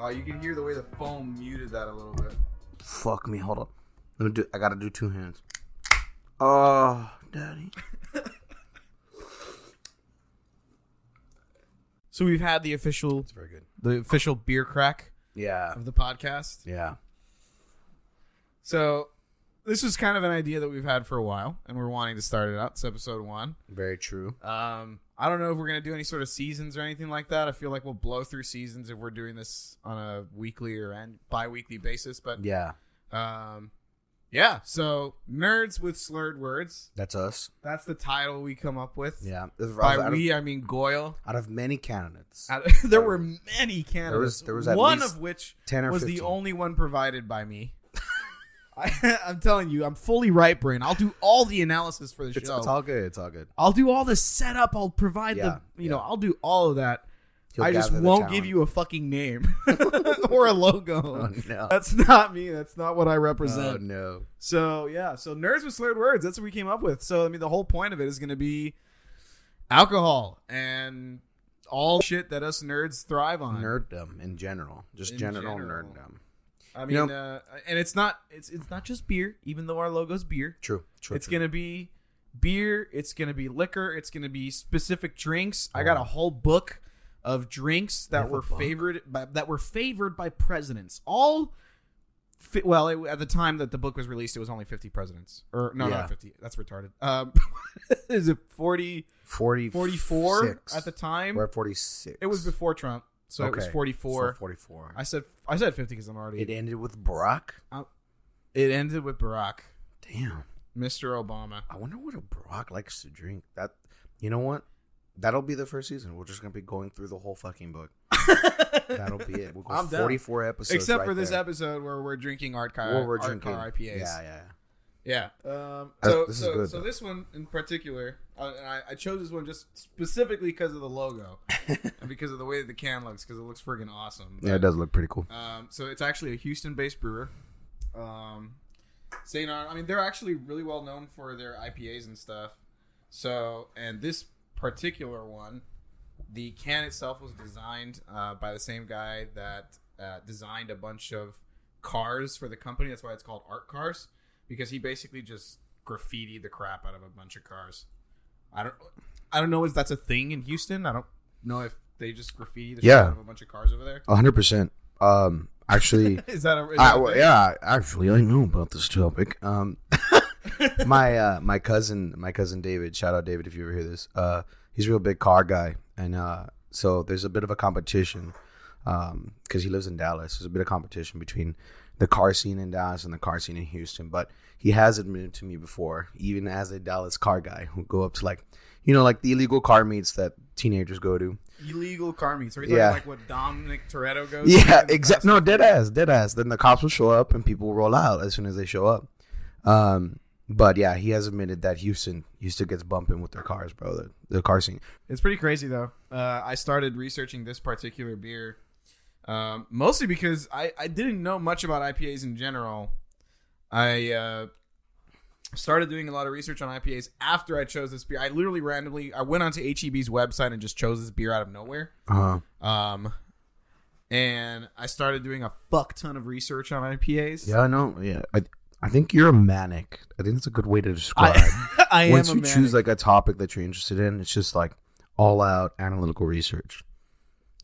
Uh, you can hear the way the foam muted that a little bit. Fuck me. Hold on. Let me do. I gotta do two hands. Oh, daddy. So we've had the official It's very good. the official beer crack Yeah. of the podcast. Yeah. So this was kind of an idea that we've had for a while, and we're wanting to start it out. It's episode one. Very true. Um, I don't know if we're gonna do any sort of seasons or anything like that. I feel like we'll blow through seasons if we're doing this on a weekly or and bi-weekly basis. But Yeah. um, yeah. So nerds with slurred words. That's us. That's the title we come up with. Yeah. This is By out, of, we, I mean Goyle. out of many candidates. Out- there were many candidates. there was at one least of which 10 or was 15. the only one provided by me. I, I'm telling you, I'm fully right brain. I'll do all the analysis for the It's, show. it's all good. It's all good. I'll do all the setup. I'll provide Yeah, the, you yeah. know, I'll do all of that. He'll I just gather the won't talent. give you a fucking name or a logo. Oh no. That's not me. That's not what I Oh represent. no. So yeah, so nerds with slurred words. That's what we came up with. So I mean, the whole point of it is going to be alcohol and all shit that us nerds thrive on. Nerddom in general. Just In general, general. nerddom. I mean, You uh, and it's not it's it's not just beer. Even though our logo's beer, True. True. it's gonna be beer. It's gonna be liquor. It's gonna be specific drinks. I got a whole book of drinks Uh-huh. You that have a were book? favored by, that were favored by presidents. All. Fi- well, it, at the time that the book was released, it was only fifty presidents, or no, Yeah. not fifty. That's retarded. Um, is it 40, 40, 44 at the time? We're at 46. It was before Trump, so it was Okay, forty so four. 44. I said I said fifty because I'm already. it ended with Brock. it ended with Barack, Damn. Mr. Obama. I wonder what a Brock likes to drink. That you know what? That'll be the first season. We're just gonna be going through the whole fucking book. That'll be it. We'll go I'm down. 44 episodes. Except right for this there. episode where we're drinking art car, Where we're art drinking car IPAs. Yeah, yeah. Yeah. Um, That- so this is so, good, so though. this one in particular, uh, and I, I chose this one just specifically because of the logo and because of the way that the can looks, because it looks friggin' awesome. Yeah, it does look pretty cool. Um, so it's actually a Houston-based brewer. Um, Saint Ar- I mean, they're actually really well known for their IPAs and stuff. So, and this particular one, the can itself was designed uh, by the same guy that uh, designed a bunch of cars for the company. That's why it's called Art Cars because he basically just graffitied the crap out of a bunch of cars. I don't, I don't know if that's a thing in Houston. I don't know if they just graffiti the shit Yeah. out of a bunch of cars over there. 100. percent Um, actually, Is that a? Is I, that a well, thing? yeah, actually, I know about this topic. Um, my uh, my cousin, my cousin David. Shout out David if you ever hear this. Uh, he's a real big car guy, and uh, so there's a bit of a competition because he lives in Dallas. There's a bit of competition between the car scene in Dallas and the car scene in Houston. But he has admitted to me before, even as a Dallas car guy, who go up to like, you know, like the illegal car meets that teenagers go to. illegal car meets. Are you Yeah. talking like what Dominic Toretto goes? Yeah, through in exactly. the No, dead ass, dead ass. Then the cops will show up and people will roll out as soon as they show up. Um, but yeah, he has admitted that Houston Houston gets bumping with their cars, bro. The, the car scene. past? It's pretty crazy though. Uh, I started researching this particular beer um, mostly because I, I didn't know much about IPAs in general. I uh, started doing a lot of research on IPAs after I chose this beer. I literally randomly I went onto HEB's website and just chose this beer out of nowhere. Uh, Um, and I started doing a fuck ton of research on IPAs. yeah, no, yeah. I, I think you're a manic. I think that's a good way to describe. I, I Once am you a manic. choose like a topic that you're interested in, it's just like all out analytical research.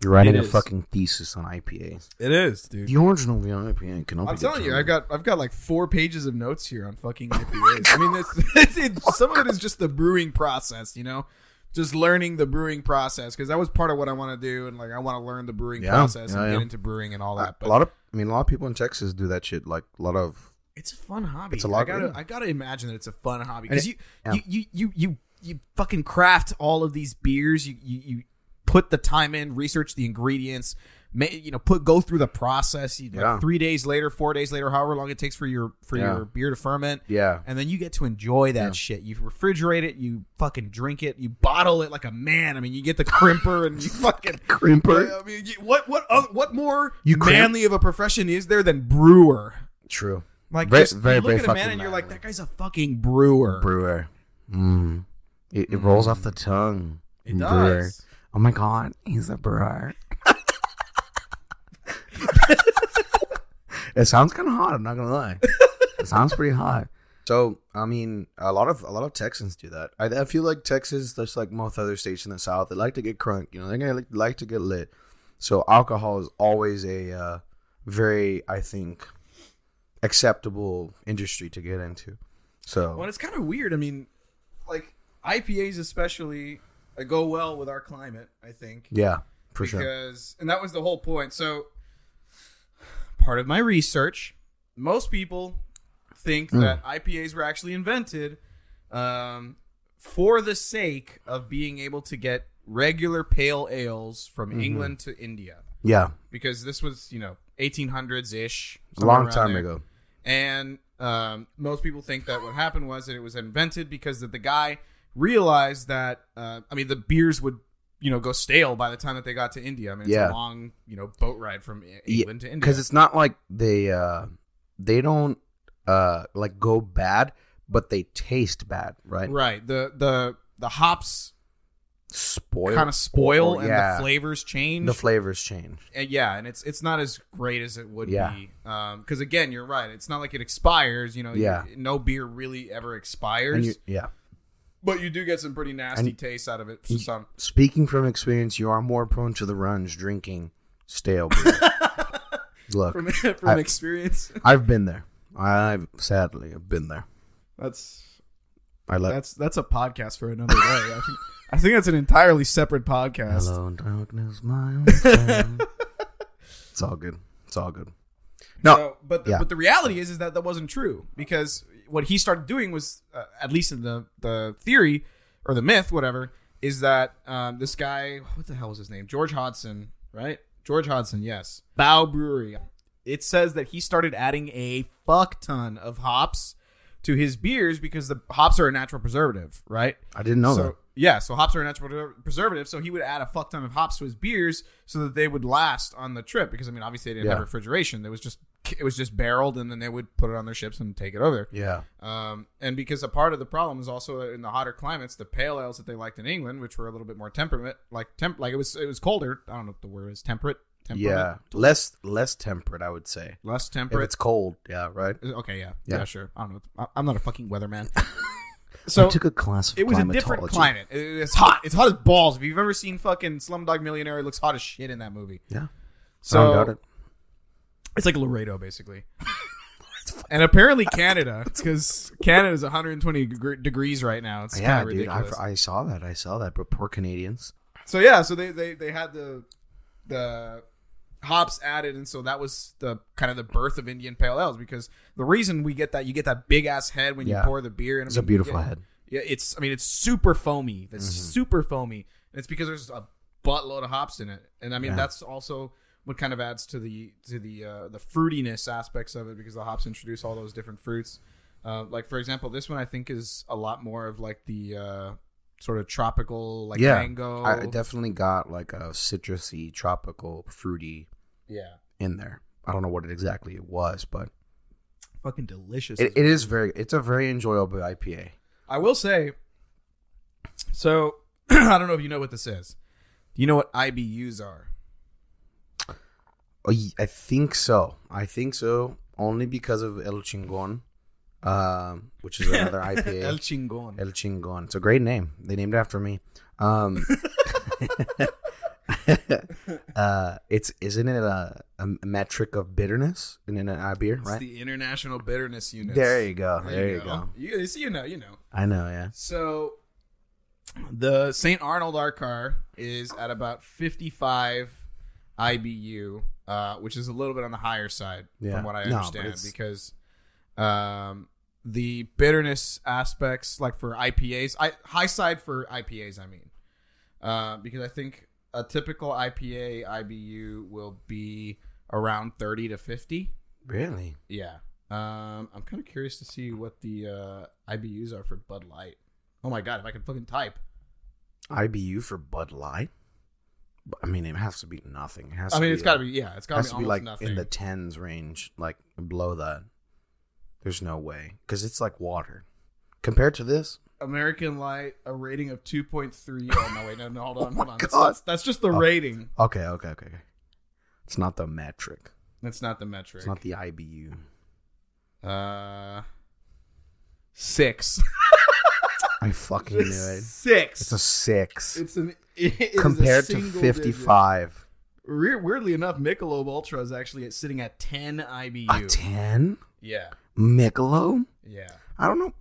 You're writing It a is. fucking thesis on IPAs. it is, dude. The origin of the IPA cannot. I'm be telling you, determined. I've got I've got like four pages of notes here on fucking IPAs. I mean, it's, it's, Oh, it's, some of it is just the brewing process, you know, just learning the brewing process because that was part of what I want to do, and like I want to learn the brewing Yeah, process yeah, and yeah. get into brewing and all that. a But lot of. I mean, a lot of people in Texas do that shit. Like a lot of it's a fun hobby. It's a lot I gotta of- I gotta imagine that it's a fun hobby And because you, it- yeah. you you you you you fucking craft all of these beers. You you, you put the time in, research the ingredients. ma- You know, put go through the process. You, like, Yeah. Three days later, four days later, however long it takes for your for Yeah. your beer to ferment. yeah. and then you get to enjoy that shit. You refrigerate it, you fucking drink it, you bottle it like a man. I mean, you get the crimper and you fucking. Crimper. I mean, you- what what uh, what more You crimp- manly of a profession is there than brewer? True. Like, Very- just, very, you look very at a man fucking and you're like, manly. that guy's a fucking brewer. Brewer. Mm. It, it rolls off the tongue. It Brewer. does. Oh my god, he's a brewer. It sounds kind of hot. I'm not gonna lie. It sounds pretty hot. So I mean, a lot of a lot of Texans do that. I, I feel like Texas, just like most other states in the South, they like to get crunk. You know, they like, like to get lit. So alcohol is always a uh, very, I think, acceptable industry to get into. Well, So it's kind of weird. I mean, like IPAs especially uh, go well with our climate. I think. yeah, for sure. because and that was the whole point. So part of my research, most people think Mm. that IPAs were actually invented um, for the sake of being able to get regular pale ales from Mm-hmm. England to India Yeah, because this was you know 1800s ish a long time ago. and um, most people think that what happened was that it was invented because that the guy realized that uh, I mean the beers would you know go stale by the time that they got to India. I mean it's Yeah. a long you know boat ride from E- Yeah, England to India. because it's not like they uh they don't uh like go bad but they taste bad right right the the the hops spoil kind of spoil and yeah. the flavors change. the flavors change and yeah, and it's it's not as great as it would Yeah. be because again you're right. It's not like it expires. You know Yeah. you- no beer really ever and expires. you, yeah but you do get some pretty nasty And- tastes out of it. For You- some speaking from experience you are more prone to the runs drinking stale beer look from from I- experience. i've been there i've sadly i've been there That's i like that's that's a podcast for another day. I think, I think that's an entirely separate podcast. hello darkness my old friend. it's all good it's all good no So, but the, Yeah. but the reality is is that that wasn't true because what he started doing was uh, at least in the the theory or the myth whatever is that um, this guy what the hell was his name George Hodson right George Hodson yes Bow Brewery it says that he started adding a fuck ton of hops to his beers because the hops are a natural preservative right i didn't know so, that Yeah, so hops are a natural preser- preservative, so he would add a fuck ton of hops to his beers so that they would last on the trip. Because I mean, obviously they didn't have Yeah. refrigeration; there was just it was just barreled, and then they would put it on their ships and take it over. yeah Um, and because a part of the problem is also that in the hotter climates, the pale ales that they liked in England, which were a little bit more temperament, like temp, like it was it was colder. I don't know if the word is temperate, temperate, yeah less less temperate i would say less if temperate. it's cold yeah right Okay, yeah, yeah, Yeah. sure. I don't know. I- I'm not a fucking weatherman. So I took a class of It was a different climatology. climate. It- It's hot. It's hot as balls. If you've ever seen fucking Slumdog Millionaire, it looks hot as shit in that movie. Yeah. So Found out it. it's like Laredo, basically. and apparently Canada, because Canada's 120 deg- degrees right now. It's Yeah, kind of dude. I, ridiculous. I saw that. I saw that. But poor Canadians. so yeah, so they, they they had the the hops added, and so that was the kind of the birth of Indian pale ales. Because the reason we get that, you get that big ass head when Yeah. you pour the beer, and It's a beautiful head. Yeah, it's I mean it's super foamy. It's Mm-hmm. super foamy. And it's because there's a buttload of hops in it. And I mean Yeah. that's also what kind of adds to the to the uh, the fruitiness aspects of it because the hops introduce all those different fruits. Uh, like for example, this one I think is a lot more of like the uh, sort of tropical like Yeah, mango. I definitely got like a citrusy, tropical, fruity yeah. in there. I don't know what it exactly it was, but Fucking delicious. it, it is very. It's a very enjoyable IPA. I will say so I don't know if you know what this is. Do you know what IBUs are? Oh, ye- I think so. I think so. Only because of El Chingon, um, which is another IPA. El Chingon. El Chingon. It's a great name. They named it after me. Um, uh, it's isn't it a, a metric of bitterness in an I beer, It's right? the International Bitterness Unit. There you go. There, you go. You, you see, you know, you know. I know. Yeah. So the St. Arnold Arcar is at about 55 IBU, uh, which is a little bit on the higher side Yeah. from what I No, but understand it's- because um, the bitterness aspects, like for IPAs, I, high side for IPAs, I mean, uh, because I think a typical IPA IBU will be around 30 to 50. Really? Yeah. Um, I'm kind of curious to see what the uh, IBUs are for Bud Light. Oh my god, if I could fucking type. IBU for Bud Light. But, I mean, it has to be nothing. It has I to mean, be it's got to like- be yeah, it's got Has to to be be almost like nothing. in the tens range, like below that. There's no way because it's like water compared to this. American Light, a rating of 2.3. Oh no, wait, no, no, hold on, Oh my hold on. That's, God. that's, that's just the rating. Okay. Okay. Okay. okay. It's not the metric. That's not the metric. It's not the IBU. uh, six. I fucking knew it. Six. It's a six It's an it is a compared to single fifty-five. digit. Weir- Weirdly enough, Michelob Ultra is actually at- sitting at 10 IBU. A ten yeah, Michelob. yeah. I don't know.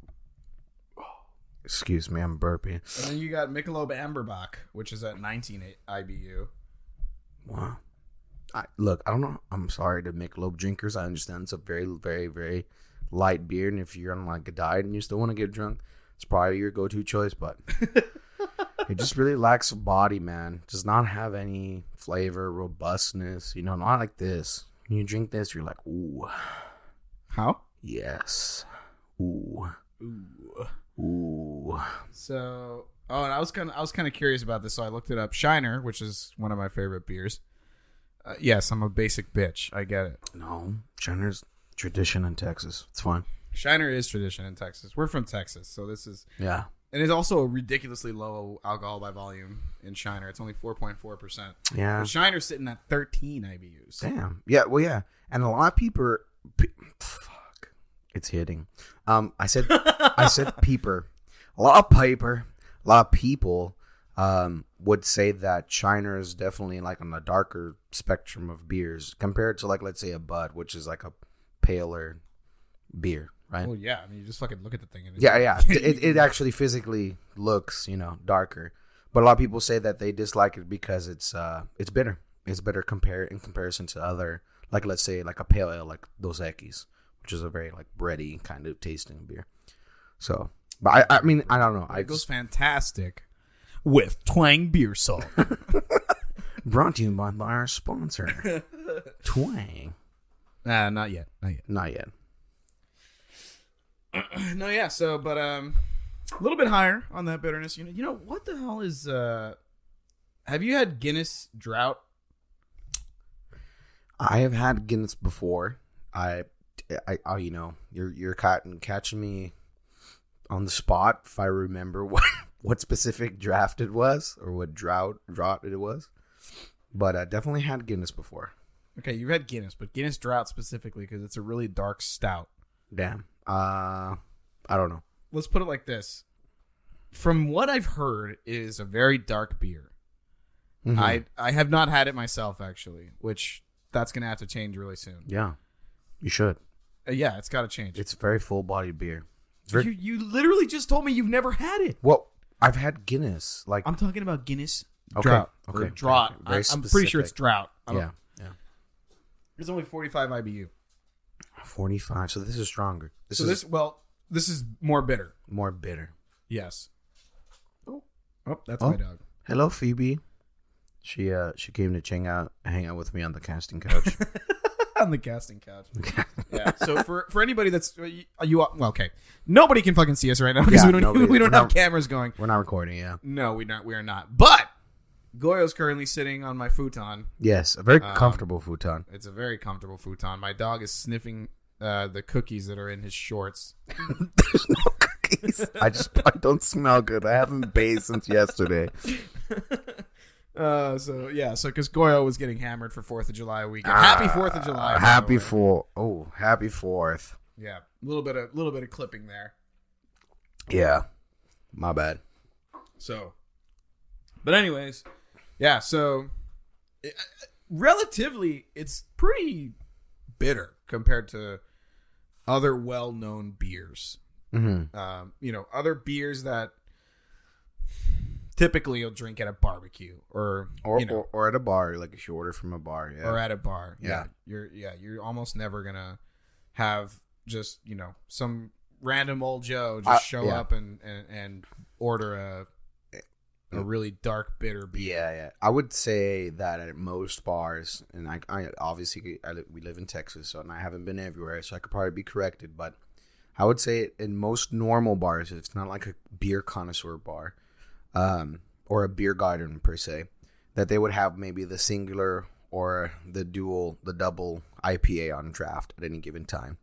Excuse me, I'm burping. And then you got Michelob Amberbach, which is at 19 I- IBU. Wow. I, look, I don't know. I'm sorry to Michelob drinkers. I understand it's a very, very, very light beer, and if you're on like a diet and you still want to get drunk, it's probably your go-to choice. But it just really lacks body, man. Does not have any flavor, robustness. You know, not like this. When you drink this, you're like, ooh, How? yes, ooh, Ooh. ooh. So, oh, and I was kind of I was kind of curious about this, so I looked it up. Shiner, which is one of my favorite beers. Uh, yes, I'm a basic bitch. I get it. No, Jenner's tradition in Texas. It's fine. Shiner is tradition in Texas. We're from Texas, so this is Yeah. and it's also a ridiculously low alcohol by volume in Shiner. It's only 4.4 percent. Yeah. But Shiner's sitting at 13 IBUs. Damn. Yeah. Well, yeah. And a lot of peeper. Pe- fuck. It's hitting. Um, I said, I said peeper. A lot of paper. A lot of people um would say that China is definitely like on the darker spectrum of beers compared to like let's say a Bud, which is like a paler beer, right? Well, yeah. I mean, you just fucking look at the thing. And it's- Yeah, yeah. It, it actually physically looks, you know, darker. But a lot of people say that they dislike it because it's uh it's bitter. It's bitter compare in comparison to other like let's say like a pale ale like Dos Equis, which is a very like bready kind of tasting beer. So, but I I mean I don't know. I it goes just fantastic with Twang beer salt. brought to you by our sponsor, Twang. nah, not yet. Not yet. Not yet. No, yeah. So, but um, a little bit higher on that bitterness. You know, you know what the hell is uh? Have you had Guinness Drought? I have had Guinness before. I, I, I you know, you're you're catching catching me on the spot if I remember what what specific draft it was or what drought drought it was. But I definitely had Guinness before. Okay, you've had Guinness, but Guinness Drought specifically because it's a really dark stout. Damn. Uh, I don't know. Let's put it like this. From what I've heard, it is a very dark beer. Mhm. I I have not had it myself actually, which that's gonna have to change really soon. yeah, you should. Uh, yeah, it's got to change. It's a very full bodied beer. It's very, you you literally just told me you've never had it. well, I've had Guinness like I'm talking about Guinness Okay, Drought. okay, Or Drought. okay, very I, am pretty sure specific. it's Drought. I don't- yeah yeah It's only 45 IBU. forty five. So this is stronger. This so is this, well, this is more bitter. more bitter. Yes. Oh, oh that's Oh. my dog. Hello, Phoebe. She uh she came to ching out hang out with me on the casting couch. On the casting couch. yeah. So for for anybody that's you, you well, okay. Nobody can fucking see us right now because Yeah, we don't nobody- we don't we're have not- cameras going. We're not recording, yeah. No, we not we are not. But Goyo's currently sitting on my futon. Yes, a very Um, comfortable futon. It's a very comfortable futon. My dog is sniffing uh, the cookies that are in his shorts. There's no cookies. I just I don't smell good. I haven't bathed since yesterday. Uh, so yeah, so because Goyo was getting hammered for Fourth of July weekend. happy Fourth of July. by Uh, the happy way. four. Oh, happy fourth. Yeah, a little bit of little bit of clipping there. Yeah, my bad. So, but anyways, yeah. So, it, relatively, it's pretty bitter compared to other well-known beers. hmm Um, you know, other beers that typically you'll drink at a barbecue or Or, you know, or or at a bar, like if you order from a bar, yeah. or at a bar. Yeah. You're yeah, you're almost never gonna have just, you know, some random old Joe just I- show yeah. up and, and, and order a a really dark bitter beer. Yeah, yeah. I would say that at most bars, and I, I obviously I, li- we live in Texas, so and I haven't been everywhere, so I could probably be corrected, but I would say in most normal bars, if it's not like a beer connoisseur bar, um, or a beer garden per se, that they would have maybe the singular or the dual, the double IPA on draft at any given time.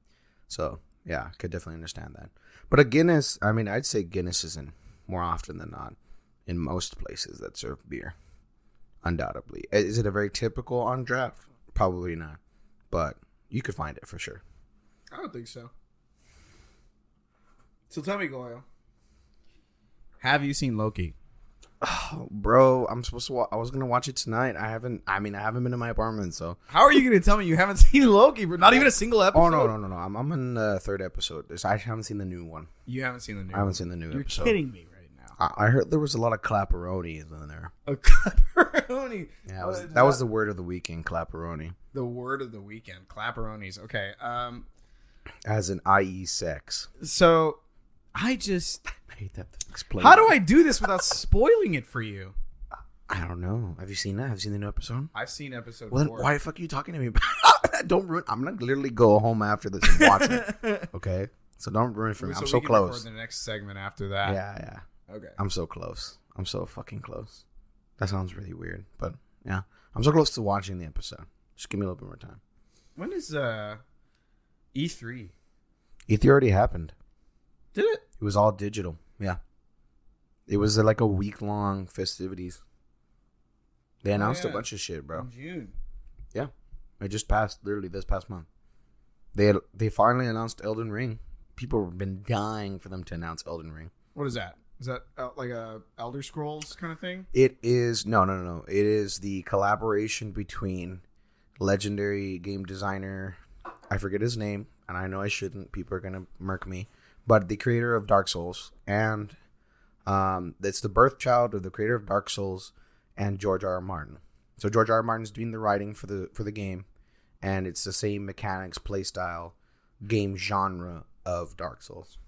So yeah, could definitely understand that. But a Guinness, I mean, I'd say Guinness is in more often than not in most places that serve beer. Undoubtedly, is it a very typical on draft? Probably not, but you could find it for sure. I don't think so. So tell me, Goyle. Have you seen Loki? Oh, bro, I'm supposed to. Wa- I was gonna watch it tonight. I haven't. I mean, I haven't been in my apartment, so. How are you going to tell me you haven't seen Loki? bro? Not even a single episode. Oh no, no, no, no! I'm I'm in the third episode. There's, I haven't seen the new one. You haven't seen the new. I haven't seen the new You're episode. kidding me right now. I, I heard there was a lot of clapperoni in there. A clapperoni. Yeah, it was- What is that was the word of the weekend, clapperoni, the word of the weekend. Clapperonis. Okay. Um. as in IE sex. So, I just. I hate that. to Explain. How do I do this without spoiling it for you? I don't know. Have you seen that? Have you seen the new episode? I've seen episode Well, then four. why the fuck are you talking to me? about- don't ruin. I'm gonna literally go home after this and watch it. Okay, so don't ruin it for me. I'm so we can record close. The next segment after that. Yeah, yeah. Okay. I'm so close. I'm so fucking close. That sounds really weird, but yeah, I'm so close to watching the episode. Just give me a little bit more time. When is uh, E three? E3 E already happened. Did it? It was all digital. Yeah, it was uh, like a week long festivities. They announced yeah. a bunch of shit, bro. In June. Yeah, it just passed literally this past month. They they finally announced Elden Ring. People have been dying for them to announce Elden Ring. What is that? Is that uh, like a Elder Scrolls kind of thing? It is no, no, no, no. It is the collaboration between legendary game designer, I forget his name, and I know I shouldn't. People are gonna murk me, but the creator of Dark Souls, and um, it's the birth child of the creator of Dark Souls and George R. R. Martin. So George R. R. Martin's doing the writing for the for the game, and it's the same mechanics, playstyle, game genre of Dark Souls,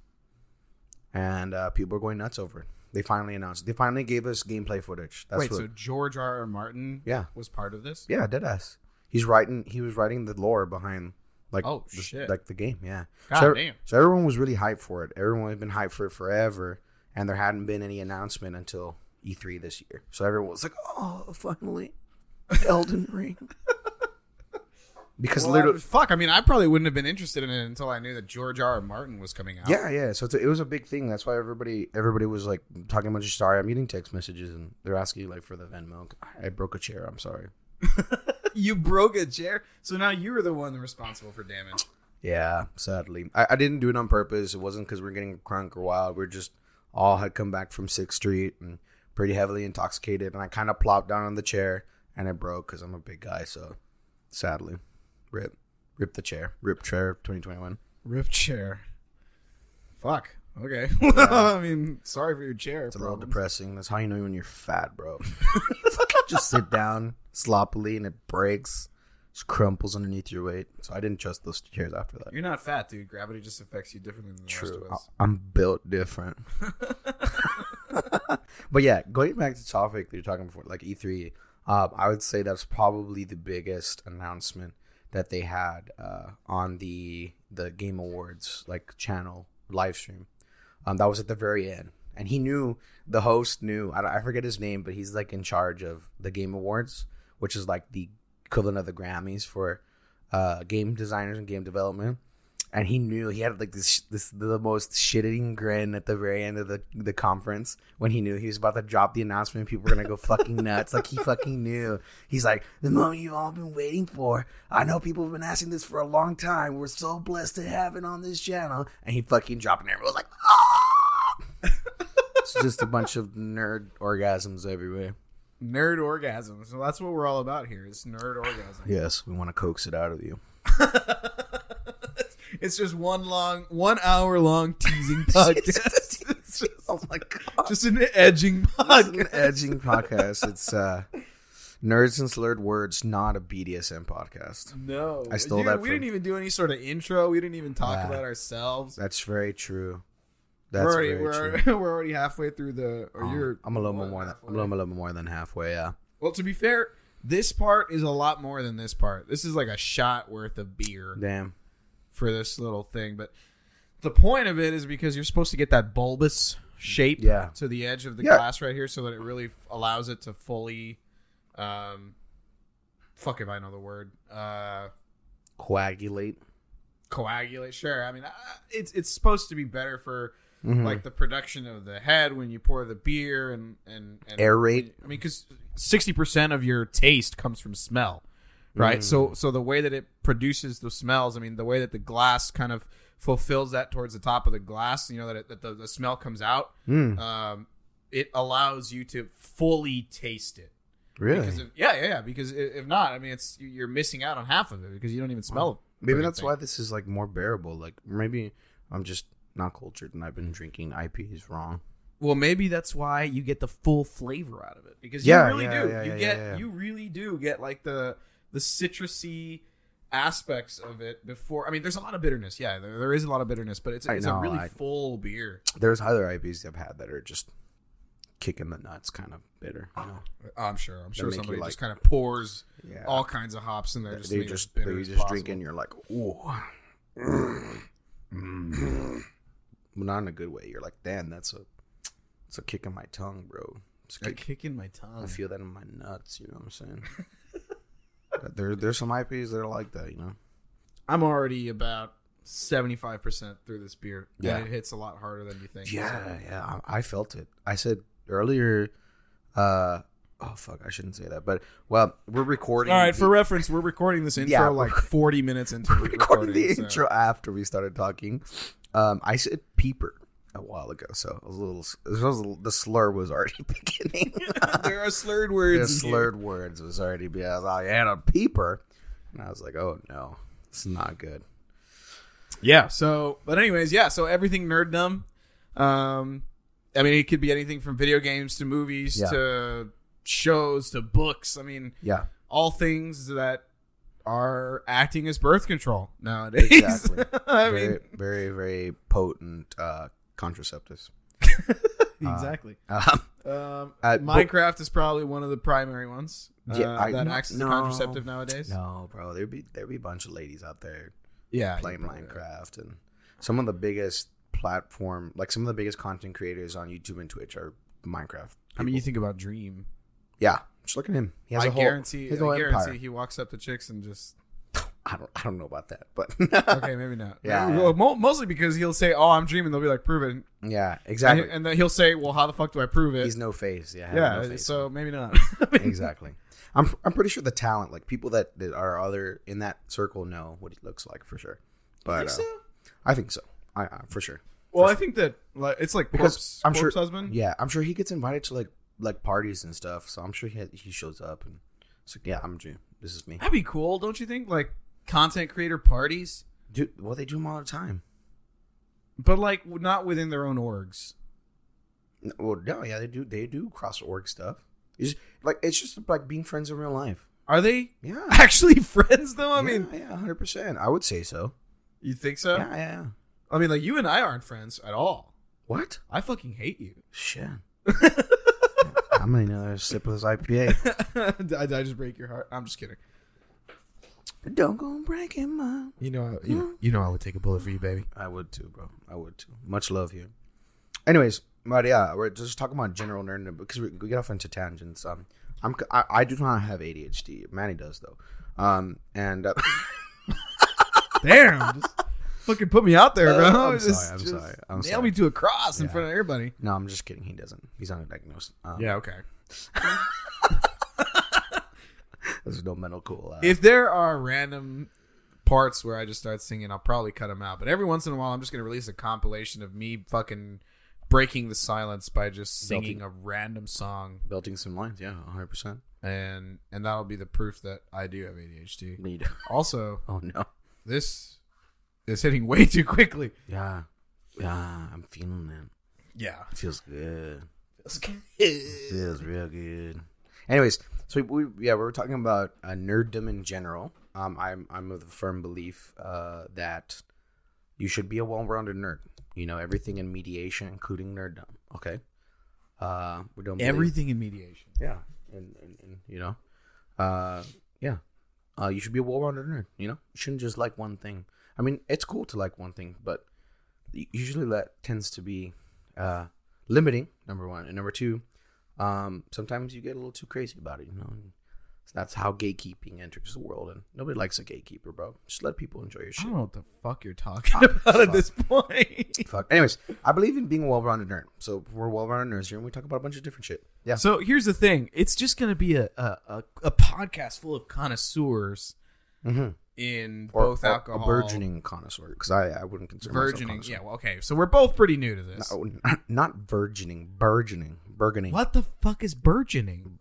and uh, people are going nuts over it. They finally announced. They finally gave us gameplay footage. That's Wait, what, so George R. R. Martin yeah, was part of this? yeah, deadass. He's writing. He was writing the lore behind, like, Oh, the, shit. like the game. Yeah. God so, damn. so everyone was really hyped for it. Everyone had been hyped for it forever, and there hadn't been any announcement until E3 this year. So everyone was like, "Oh, finally, Elden Ring." because Well, literally, I- fuck. I mean, I probably wouldn't have been interested in it until I knew that George R. R. Martin was coming out. Yeah, yeah. So it's a, it was a big thing. That's why everybody everybody was like talking about. Sorry, I'm getting text messages and they're asking you like for the Venmo. I broke a chair. I'm sorry. you broke a chair, so now you were the one responsible for damage. Yeah, sadly, I, I didn't do it on purpose. It wasn't because we are getting crunk or wild. We are just all had come back from Sixth Street and pretty heavily intoxicated. And I kind of plopped down on the chair and it broke because I'm a big guy. So sadly, rip, rip the chair, rip chair, 2021. Rip chair. Fuck. Okay. Well, I mean, sorry for your chair. It's a little depressing. That's how you know when you're fat, bro. just sit down sloppily and it breaks, just crumples underneath your weight. So I didn't trust those chairs after that. You're not fat, dude. Gravity just affects you differently than the rest of I- us. I'm built different. but yeah, going back to the topic that you're talking before, like E3, um, I would say that's probably the biggest announcement that they had uh, on the the Game Awards like channel live stream. Um, that was at the very end, and he knew the host knew. I, don't- I forget his name, but he's like in charge of the Game Awards, which is like the equivalent of the Grammys for uh, game designers and game development and he knew he had like this this the most shitting grin at the very end of the the conference when he knew he was about to drop the announcement. People were gonna go fucking nuts. Like he fucking knew. He's like the moment you've all been waiting for. I know people have been asking this for a long time. We're so blessed to have it on this channel. And he fucking dropped it. and Everyone was like, ah! it's just a bunch of nerd orgasms everywhere. Nerd orgasm. So that's what we're all about here. It's nerd orgasm. Yes, we want to coax it out of you. it's just one long, one hour long teasing podcast. It's just, Oh my god. just an edging It's an podcast. edging podcast. It's uh, nerds and slurred words, not a BDSM podcast. No, I stole Dude, that We from- didn't even do any sort of intro. We didn't even talk Yeah. about ourselves. That's very true. That's we're already very we're, true. we're already halfway through the. Or Um, you're. I'm a little more more. Than, halfway. I'm a little, a little more than halfway. Yeah. Well, to be fair, this part is a lot more than this part. This is like a shot worth of beer. Damn. for this little thing. But the point of it is because you're supposed to get that bulbous shape Yeah. to the edge of the Yeah. glass right here so that it really f- allows it to fully um fuck if I know the word. Uh Coagulate. coagulate. Sure. I mean, uh, it's it's supposed to be better for Mhm. like the production of the head when you pour the beer and and, and Aerate. I mean, because sixty percent of your taste comes from smell, right? Mm. So so the way that it produces the smells, I mean, the way that the glass kind of fulfills that towards the top of the glass, you know, that, it, that the, the smell comes out, Mm, um, it allows you to fully taste it. really? Because if, yeah, yeah, yeah. Because i- if not, I mean, it's you're missing out on half of it because you don't even smell. Maybe freaking that's thing. why this is like more bearable. Like maybe I'm just not cultured and I've been drinking IPAs wrong. Well, maybe that's why you get the full flavor out of it because Yeah, you really yeah, do. yeah, you yeah, get yeah, yeah. you really do get like the the citrusy aspects of it before. I mean, there's a lot of bitterness. Yeah, there, there is a lot of bitterness, but it's I it's know, a really I- full beer. There's other IPAs I've had that are just kicking the nuts, kind of bitter. You know? I'm sure. I'm sure make you somebody like- just kind of pours Yeah. all kinds of hops in there. Just they to make just it they as bitter just as drink it and you're like, ooh. Mm. but not in a good way. You're like, damn, that's a it's a kick in my tongue, bro. It's a possible. kick- Kicking my I tongue. feel that in my nuts, you know what I'm saying? But there there's some IPs that are like that, you know. I'm already about 75% through this beer. Yeah. And it hits a lot harder than you think. Yeah, yeah, I, I felt it. I said earlier, uh, oh fuck, I shouldn't say that, but well, we're recording. All right, the- for reference, we're recording this intro Yeah, like 40 minutes into we're recording the intro after we started talking. Um, I said peeper a while ago, so I was a little. It was, the slur was already beginning. there are slurred the words. in here. slurred words was already. be- I was like, I had a peeper, and I was like, oh no, it's not good. Yeah. So, but anyways, yeah. So everything nerddom. Um, I mean, it could be anything from video games to movies Yeah. to shows to books. I mean, Yeah, all things that are acting as birth control nowadays. Exactly. I very, mean, very, very potent uh, contraceptives. exactly. Um, Um, Uh, Minecraft is probably one of the primary ones uh, Yeah, I- that no- acts as a no. contraceptive nowadays. no, bro, there'd be there'd be a bunch of ladies out there Yeah, playing you're probably right. Minecraft and some of the biggest platform like some of the biggest content creators on YouTube and Twitch are Minecraft. I mean, people. you think about Dream. yeah, just look at him. He has I a whole, guarantee. I his whole guarantee empire. he walks up to chicks and just. I don't, I don't know about that, but Okay, maybe not. Yeah, Well, yeah. mo- mostly because he'll say, "Oh, I'm dreaming." They'll be like, "Prove it," and, yeah, exactly. and then he'll say, "Well, how the fuck do I prove it?" He's no face. Yeah, has yeah. no face. so maybe not. exactly. I'm I'm pretty sure the talent, like people that, that are other in that circle, know what he looks like for sure. But uh, I think so. I, I for sure. Well, I think that like it's like Because corpse, I'm corpse sure- husband. Yeah, I'm sure he gets invited to like like parties and stuff. So I'm sure he he shows up and it's like, yeah, I'm Drew. This is me. That'd be cool, don't you think? Like content creator parties, Dude, well, they do them all the time. but like not within their own orgs. N- Well, no, yeah, they do. They do cross org stuff. It's like it's just like being friends in real life. Are they Yeah, actually friends though? I mean, yeah, hundred percent. I would say so. you think so? yeah, yeah, yeah. I mean, like you and I aren't friends at all. What? I fucking hate you. Shit. I'm gonna need another sip of this IPA. did, I, did I just break your heart? I'm just kidding. Don't go breaking my. You know, you know, you know, I would take a bullet for you, baby. I would too, bro. I would too. Much love here. Anyways, but yeah, we're just talking about general nerd because we, we get off into tangents. Um, I'm c- I, I do not have ADHD. Manny does though. Um, and uh, Damn, just fucking put me out there, bro. Uh, I'm Just- sorry, I'm just sorry, I'm nail sorry. me to a cross in Yeah. front of everybody. no, I'm just kidding. He doesn't. He's underdiagnosed. Um, Yeah, okay. There's no medical. Uh, If there are random parts where I just start singing, I'll probably cut them out. But every once in a while, I'm just gonna release a compilation of me fucking breaking the silence by just singing a random song, belting some lines, yeah, 100. percent and and that'll be the proof that I do have ADHD. Need. Also, Oh no. this is hitting way too quickly. Yeah, yeah. I'm feeling that. Yeah. It feels good. Feels real good. Anyways, so we, we yeah we were talking about uh, nerddom in general. Um, I'm I'm of the firm belief uh, that you should be a well-rounded nerd. You know everything in mediation, including nerddom. Okay. Uh, we don't believe- Everything in mediation. Yeah, and, and, and you know, uh, yeah, uh, you should be a well-rounded nerd. You know, you shouldn't just like one thing. I mean, it's cool to like one thing, but u- usually that tends to be uh, limiting. Number one, and number two, um, sometimes you get a little too crazy about it. You know, and That's how gatekeeping enters the world, and nobody likes a gatekeeper, bro. Just let people enjoy your I shit. don't know what the fuck you're talking about at this point. Fuck. Anyways, I believe in being a well-rounded nerd, so we're well-rounded nerds here, and we talk about a bunch of different shit. Yeah. So here's the thing: it's just gonna be a a, a, a podcast full of connoisseurs Mm-hmm. in Or, both or alcohol, a burgeoning connoisseur, because I, I wouldn't consider virgining. Myself Yeah, a well, okay. So we're both pretty new to this. connoisseur. No, not, not virgining, burgeoning, burgeoning. What the fuck is burgeoning?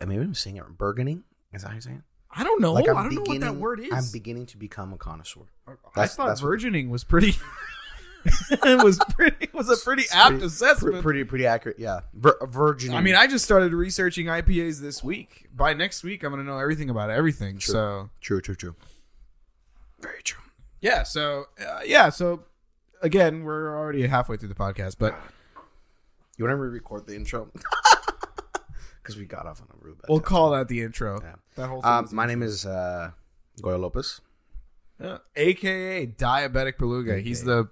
Uh, Maybe I'm saying it. Burgeoning is that how you say it? I don't know. Like, Oh, I I'm don't know what that beginning- word is. I'm beginning to become a connoisseur. I That's- thought that's what- virgining was pretty. it was pretty was a pretty apt pretty- assessment. Pre- pretty pretty accurate. Yeah, Vir- virgin. I mean, I just started researching IPAs this week. By next week, I'm gonna know everything about everything. True. So true, true, true. Very true. yeah, so uh, yeah, so again, we're already halfway through the podcast, but You want to re-record the intro? Because we got off on a rubet. we'll call that the intro. Yeah. That whole Um, thing my name is uh, Goyo Lopez. is- AKA diabetic beluga. He's the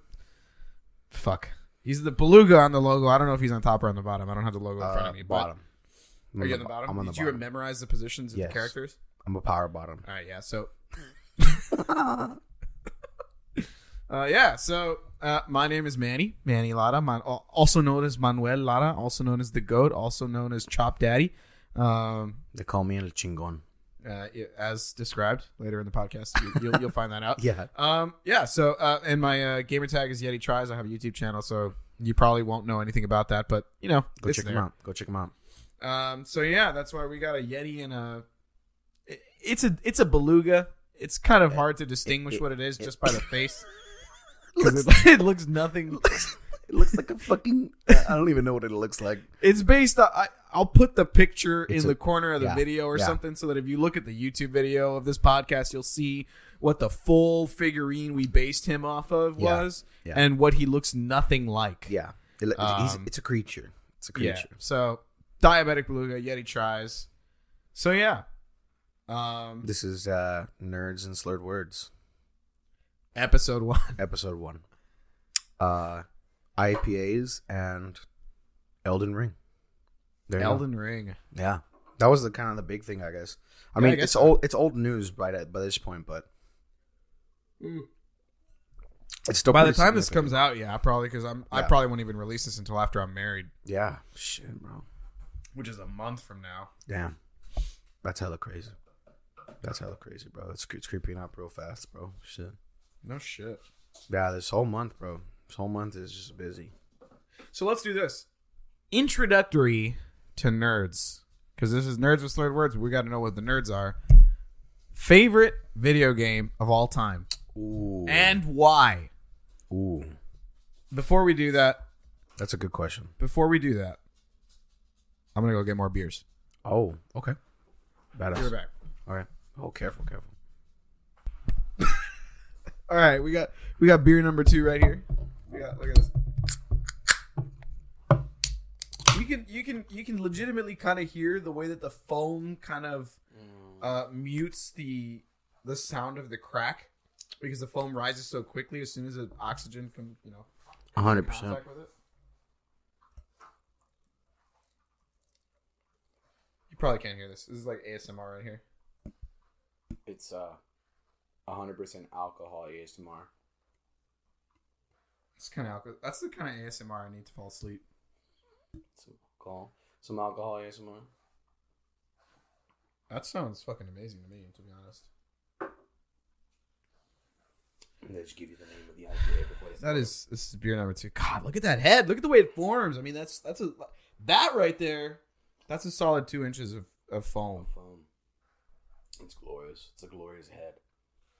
fuck. He's the beluga on the logo. I don't know if he's on top or on the bottom. I don't have the logo in front Uh, of me. but- bottom. I'm Are you on bo- the bottom? I'm on Did the you bottom. memorize the positions of Yes. the characters? I'm a power bottom. All right, yeah. So, uh, yeah. So, uh, my name is Manny, Manny Lara, man, al- also known as Manuel Lara, also known as the Goat, also known as Chop Daddy, um, They call me El Chingon. uh, i- as described later in the podcast. You, you'll, you'll find that out. Yeah. Um, yeah. So, uh, and my uh, gamer tag is Yeti Tries. I have a YouTube channel, so you probably won't know anything about that, but you know, Go it's check there. him out. Go check him out. Um, so yeah, that's why we got a Yeti and a. it- It's a it's a beluga. It's kind of hard to distinguish it- what it is it- just by the face. 'Cause it, it looks nothing. it looks like a fucking. I don't even know what it looks like. It's based on. I, I'll put the picture It's in a- the corner of the yeah, video or yeah. something, so that if you look at the YouTube video of this podcast, you'll see what the full figurine we based him off of Yeah, was, yeah. and what he looks nothing like. Yeah. It, lo- he's- Um, it's a creature. It's a Yeah. creature. So diabetic beluga Yeti tries. So yeah. Um, This is uh, Nerds and Slurred Words, episode one. episode one. Uh, IPAs and Elden Ring. There you go. Elden Ring. Yeah, that was the kind of the big thing, I guess. I Yeah, I mean, guess it's old it's old news by that, by this point, but Mm. it's still. By the pretty time this comes out, significant. yeah, probably because I'm I Yeah. probably won't even release this until after I'm married, yeah, shit, bro, which is a month from now. damn, that's hella crazy. That's hella crazy, bro. It's, it's creeping up real fast, bro. Shit. No shit. Yeah, this whole month, bro. This whole month is just busy. So let's do this. Introductory to nerds because this is nerds with slurred words. We got to know what the nerds are. Favorite video game of all time Ooh, and why? ooh, Before we do that, that's a good question. before we do that, I'm gonna go get more beers. Oh, okay. Be right Badass. back. All right. Oh, careful, careful. All right, we got we got beer number two right here. We got look at this. You can you can you can legitimately kind of hear the way that the foam kind of Mm. uh, mutes the the sound of the crack because the foam rises so quickly as soon as the oxygen can you know One hundred percent. contact with it. You probably can't hear this. This is like ASMR right here. It's uh, hundred percent alcohol ASMR. It's kind of alcohol. That's the kind of ASMR I need to fall asleep. Some alcohol. Some alcohol ASMR. That sounds fucking amazing to me, to be honest. And they just give you the name of the IPA before they That is this is beer number two. God, look at that head. Look at the way it forms. I mean, that's that's a that right there. That's a solid two inches of, of foam. foam. It's glorious. It's a glorious head.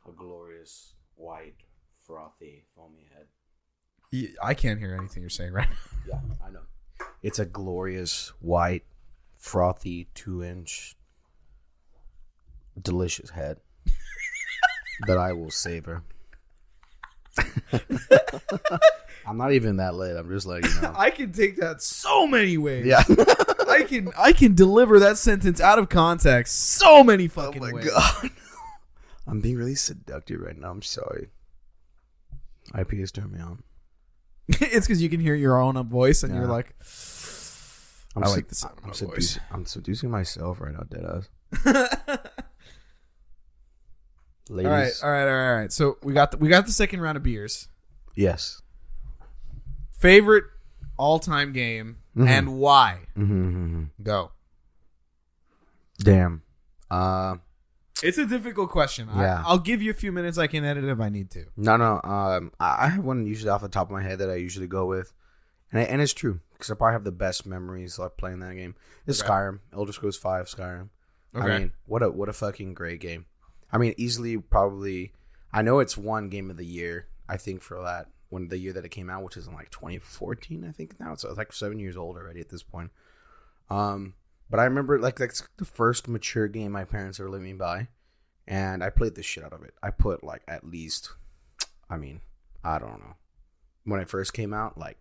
A glorious white, frothy, foamy head. Ye- I can't hear anything you're saying right now. Yeah, I know. It's a glorious white, frothy two inch, delicious head that I will savor. I'm not even that lit. I'm just like, you know. I can take that so many ways. Yeah. I can I can deliver that sentence out of context so many fucking ways. god. I'm being really seductive right now. I'm sorry. IP has turned me on. it's because you can hear your own voice and Yeah. you're like, I'm I sed- like the sound of I'm my sedu- voice. I'm seducing myself right now, deadass. Ladies, all right, all right, all right, all right. So we got the, we got the second round of beers. yes. Favorite all time game Mhm. and why? Mm-hmm. Go. Damn. Uh, It's a difficult question. Yeah. I, I'll give you a few minutes. I can edit if I need to. no, no. Um, I I have one usually off the top of my head that I usually go with, and I, and it's true because I probably have the best memories like playing that game. It's Okay. Skyrim, Elder Scrolls Five, Skyrim. Okay. I mean, what a what a fucking great game. I mean, easily probably. I know it's one game of the year. I think for that when the year that it came out, which is in like 2014, I think now so it's like seven years old already at this point. Um, but I remember like that's the first mature game my parents ever let me buy, and I played the shit out of it. I put like at least, I mean, I don't know, when it first came out, like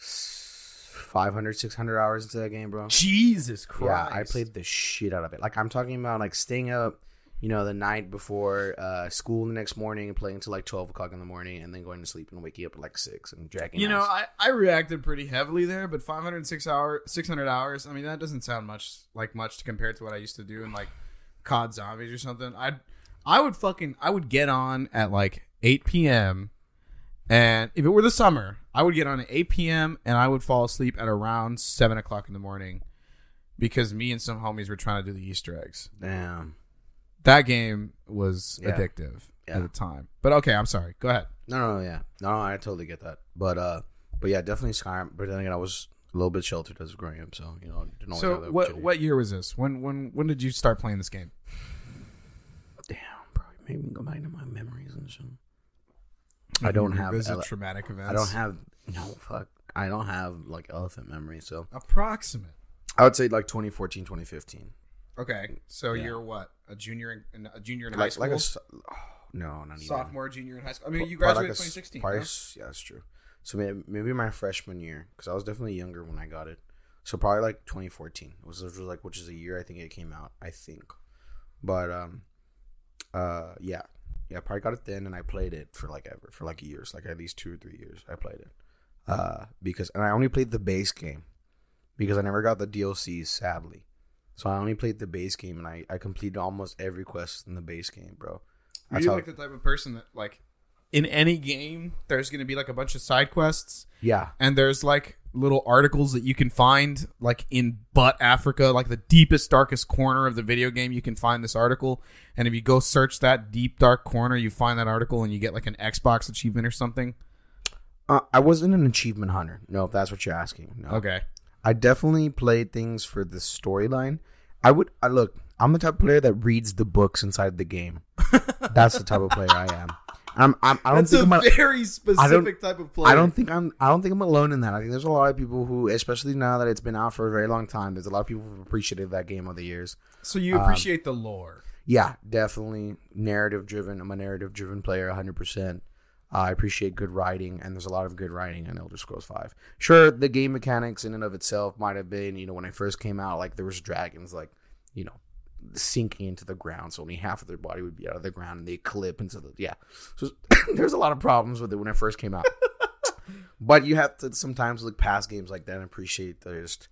s- 500, 600 hours into that game, bro. Jesus Christ. Yeah, I played the shit out of it. Like I'm talking about like staying up, you know, the night before uh, school the next morning and playing until like twelve o'clock in the morning and then going to sleep and waking up at like six and dragging. You know, ass. I, I reacted pretty heavily there, but 506 hour, 600 hours. I mean, that doesn't sound much like much compared to what I used to do in like COD Zombies or something. I would I would fucking I would get on at like 8 p.m. and if it were the summer, I would get on at 8 p.m. and I would fall asleep at around seven o'clock in the morning because me and some homies were trying to do the Easter eggs. damn. That game was Yeah. addictive Yeah. at the time. But okay, I'm sorry. Go ahead. No, no, yeah, no, no, I totally get that. But uh, but yeah, definitely Skyrim. But then again, I was a little bit sheltered as growing up, so you know, didn't always have So that what opportunity. what year was this? When when when did you start playing this game? Damn, bro, maybe we can go back to my memories and shit. I don't have Revisit ele- traumatic events. I don't have no fuck. I don't have like elephant memory, so approximate. I would say like 2014, 2015. Okay, so Yeah. you're what a junior in, in a junior in high like school, like a s- oh, no, not even sophomore, junior in high school. I mean, you Probably graduated like a s- 2016. probably no? s- Yeah, that's true. So maybe, maybe my freshman year, because I was definitely younger when I got it. So probably like 2014 was, was like which is a year I think it came out. I think, but um, uh, yeah, yeah, I probably got it then, and I played it for like ever for like years, like at least two or three years. I played it, uh, because and I only played the base game because I never got the DLCs, sadly. So I only played the base game, and I I completed almost every quest in the base game, bro. Are That's you how- like the type of person that like in any game there's going to be like a bunch of side quests yeah, and there's like little articles that you can find like in butt africa like the deepest darkest corner of the video game you can find this article and if you go search that deep dark corner you find that article and you get like an xbox achievement or something Uh, I wasn't an achievement hunter. No, if that's what you're asking. No. okay I definitely played things for the storyline. I would. I look. I'm the type of player that reads the books inside the game. that's the type of player I am. I'm. I'm I don't that's think a I'm. A, very specific specific type of player I don't think I'm. I don't think I'm alone in that. I think there's a lot of people who, especially now that it's been out for a very long time, there's a lot of people who've appreciated that game over the years. so um, you appreciate the lore Yeah, definitely narrative driven. I'm a narrative driven player, 100%. I appreciate good writing, and there's a lot of good writing in Elder Scrolls 5. Sure, the game mechanics in and of itself might have been, you know, when I first came out, like there was dragons, like, you know, sinking into the ground, so only half of their body would be out of the ground, and they clip into the yeah. So there's a lot of problems with it when it first came out. but you have to sometimes look past games like that and appreciate the just,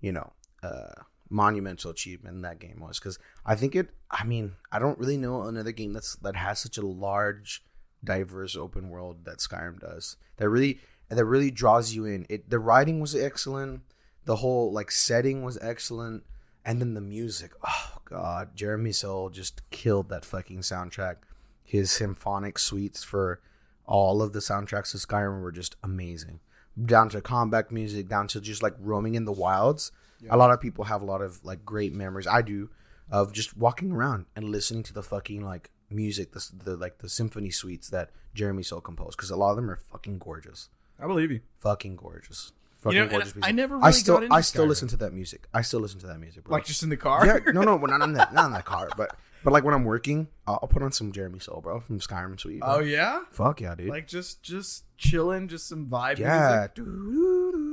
you know, uh, monumental achievement that game was because I think it. I mean, I don't really know another game that's that has such a large, diverse open world that Skyrim does. That really that really draws you in. It the writing was excellent. The whole like setting was excellent, and then the music. Oh God, Jeremy Soule just killed that fucking soundtrack. His symphonic suites for all of the soundtracks to Skyrim were just amazing. Down to combat music, down to just like roaming in the wilds. A lot of people have a lot of like great memories. I do of just walking around and listening to the fucking like music, the, the like the symphony suites that Jeremy Soule composed because a lot of them are fucking gorgeous, i believe you fucking gorgeous, You fucking know, and gorgeous. I never I really still, got into I still Skyrim. listen to that music. I still listen to that music, bro. like just in the car Yeah, no, no, we're not in that, not in that car, but but like when I'm working, I'll, I'll put on some Jeremy Soule, bro, from Skyrim Suite. oh yeah fuck yeah, dude. like just just chilling just some vibe yeah. music.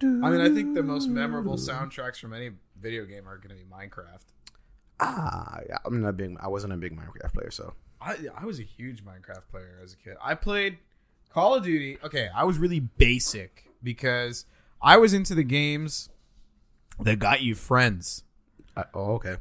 i mean i think the most memorable soundtracks from any video game are going to be minecraft Ah, yeah, I'm not a big. I wasn't a big Minecraft player, so I I was a huge Minecraft player as a kid. I played Call of Duty. Okay, I was really basic because I was into the games that got you friends. I, oh, okay.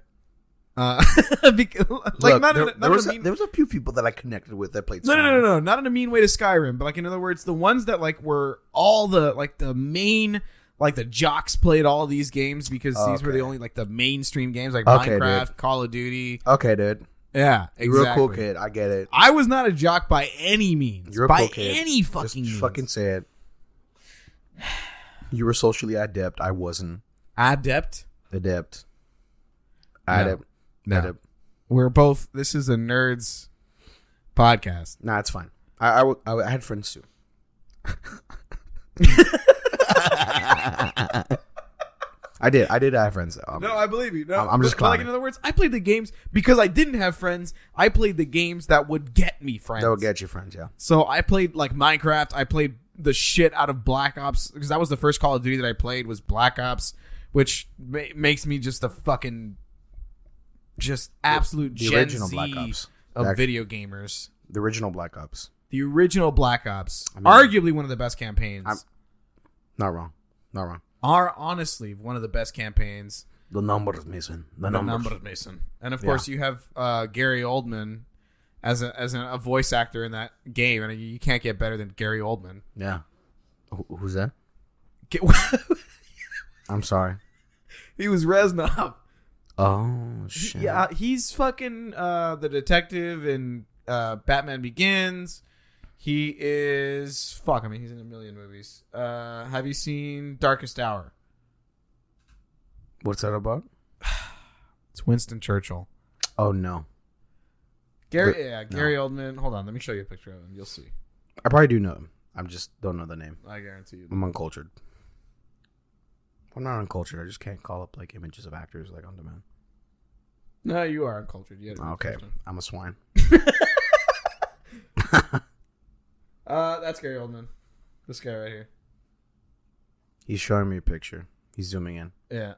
Uh, because, like not in, there, a- not there in was a a, mean, there was a few people that I connected with that played. no, no, no, Skyrim. no, no, not in a mean way to Skyrim, but like in other words, the ones that like were all the like the main like the jocks played all these games because these were the Okay. only like the mainstream games like Okay, dude. Minecraft, Call of Duty. Okay, dude. Yeah, exactly. You're a cool kid. I get it. I was not a jock by any means. You're a by cool kid. any Just fucking means. fucking say it. You were socially adept. I wasn't adept. adept. No. Adept. No. Adept. We're both. This is a nerds podcast. Nah, it's fine. I, I, w- I w- I had friends too. I did. I did have friends. Um, No, I believe you. No, I'm- I'm just but- but, like clowning. in other words, I played the games because I didn't have friends. I played the games that would get me friends. that would get you friends. Yeah. So I played like Minecraft. I played the shit out of Black Ops because that was the first Call of Duty that I played was Black Ops, which ma- makes me just a fucking just absolute the Gen original Z Black Ops. of Back- video gamers. The original Black Ops. The original Black Ops, mean- arguably one of the best campaigns, I'm- Not wrong. Not wrong. are honestly one of the best campaigns. The numbers missing. The The numbers. numbers, Mason. And of course, you have uh, Gary Oldman as a, as a, a voice actor in that game, and you, you can't get better than Gary Oldman. Yeah. Wh- who's that? Get- I'm sorry. he was Reznov. Oh shit. Yeah, he's fucking uh, the detective in uh, Batman Begins. He is fuck. I mean, he's in a million movies. Uh, have you seen Darkest Hour? What's that about? It's Winston Churchill. Oh no. Gary, The- yeah, Gary Oldman. Hold on, let me show you a picture of him. You'll see. I probably do know him. I just don't know the name. I guarantee you. I'm uncultured. I'm not uncultured. I just can't call up like images of actors like on demand. Oh, No, you are uncultured. You had a Okay, question. I'm a swine. Uh, that's Gary Oldman. This guy right here. He's showing me a picture. He's zooming in. Yeah.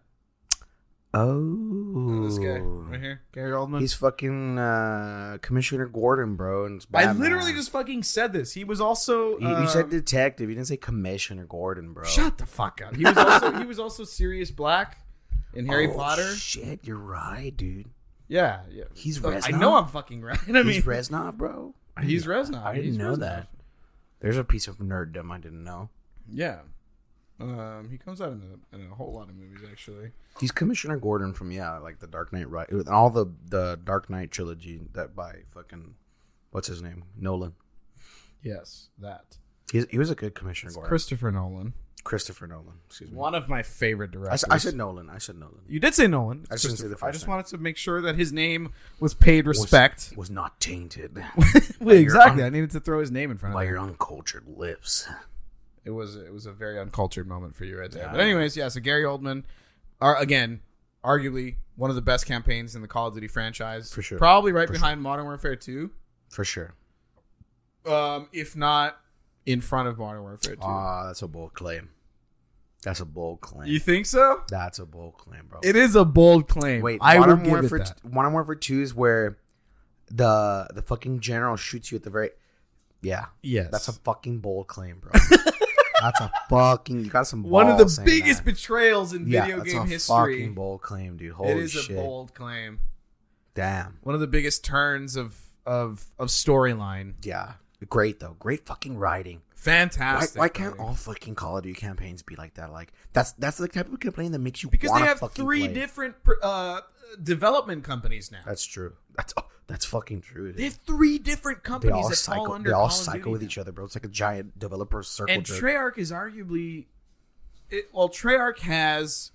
Oh, This guy right here. Gary Oldman. He's fucking uh, Commissioner Gordon, bro. And it's I Batman. literally just fucking said this. He was also. You, you said um, detective. You didn't say Commissioner Gordon, bro. Shut the fuck up. He was also he was also Sirius Black in Harry Oh, Potter. Shit, you're right, dude. yeah, yeah. He's Look, I Reznov? know I'm fucking right. I mean, He's he's, Reznov, bro. I didn't- Reznov. I didn't He's know Reznov. that. There's a piece of nerddom I didn't know. Yeah. Um, he comes out in a, in a whole lot of movies actually. He's Commissioner Gordon from yeah, like the Dark Knight, right? And all the the Dark Knight trilogy that by fucking what's his name, Nolan. Yes, that. He's, he was a good Commissioner Gordon, Christopher Nolan, Christopher Nolan. Excuse me. one of my favorite I, s- directors. I said Nolan. I said Nolan. You did say Nolan. I shouldn't say the Christopher. I first just name. wanted to make sure that his name was paid respect. Was, was not tainted Well, exactly. un- I needed to throw his name in front of by it. your uncultured lips. It was it was a very uncultured moment for you right there. Yeah. But anyways, yeah. So Gary Oldman, are again, arguably one of the best campaigns in the Call of Duty franchise For sure. Probably right behind Modern Warfare Two, For sure. um, if not in front of Modern Warfare Two. Ah, that's a bold claim. That's a bold claim. you think so? that's a bold claim, bro. It is a bold claim. Wait, I Modern would give Warfare, it that. Modern Warfare Two is where the the fucking general shoots you at the very. Yeah, Yes, that's a fucking bold claim, bro. that's a fucking. You got some. one of balls the saying biggest that. betrayals in yeah, video that's game a history. Fucking bold claim, dude. Holy It is shit! a bold claim. Damn. One of the biggest turns of of of storyline. Yeah. Great though. Great fucking writing. Why, Fantastic. why can't writing. all fucking Call of Duty campaigns be like that? Like that's that's the type of complaint that makes you because they wanna have fucking three play. Uh, different pr- uh, development companies now. That's true. That's oh, that's fucking true. They Dude. have three different They companies all that's all cycle. under They all Call of cycle Duty with now. each other, bro. It's like a giant developer circle. And jerk. Treyarch is arguably, it, well, Treyarch has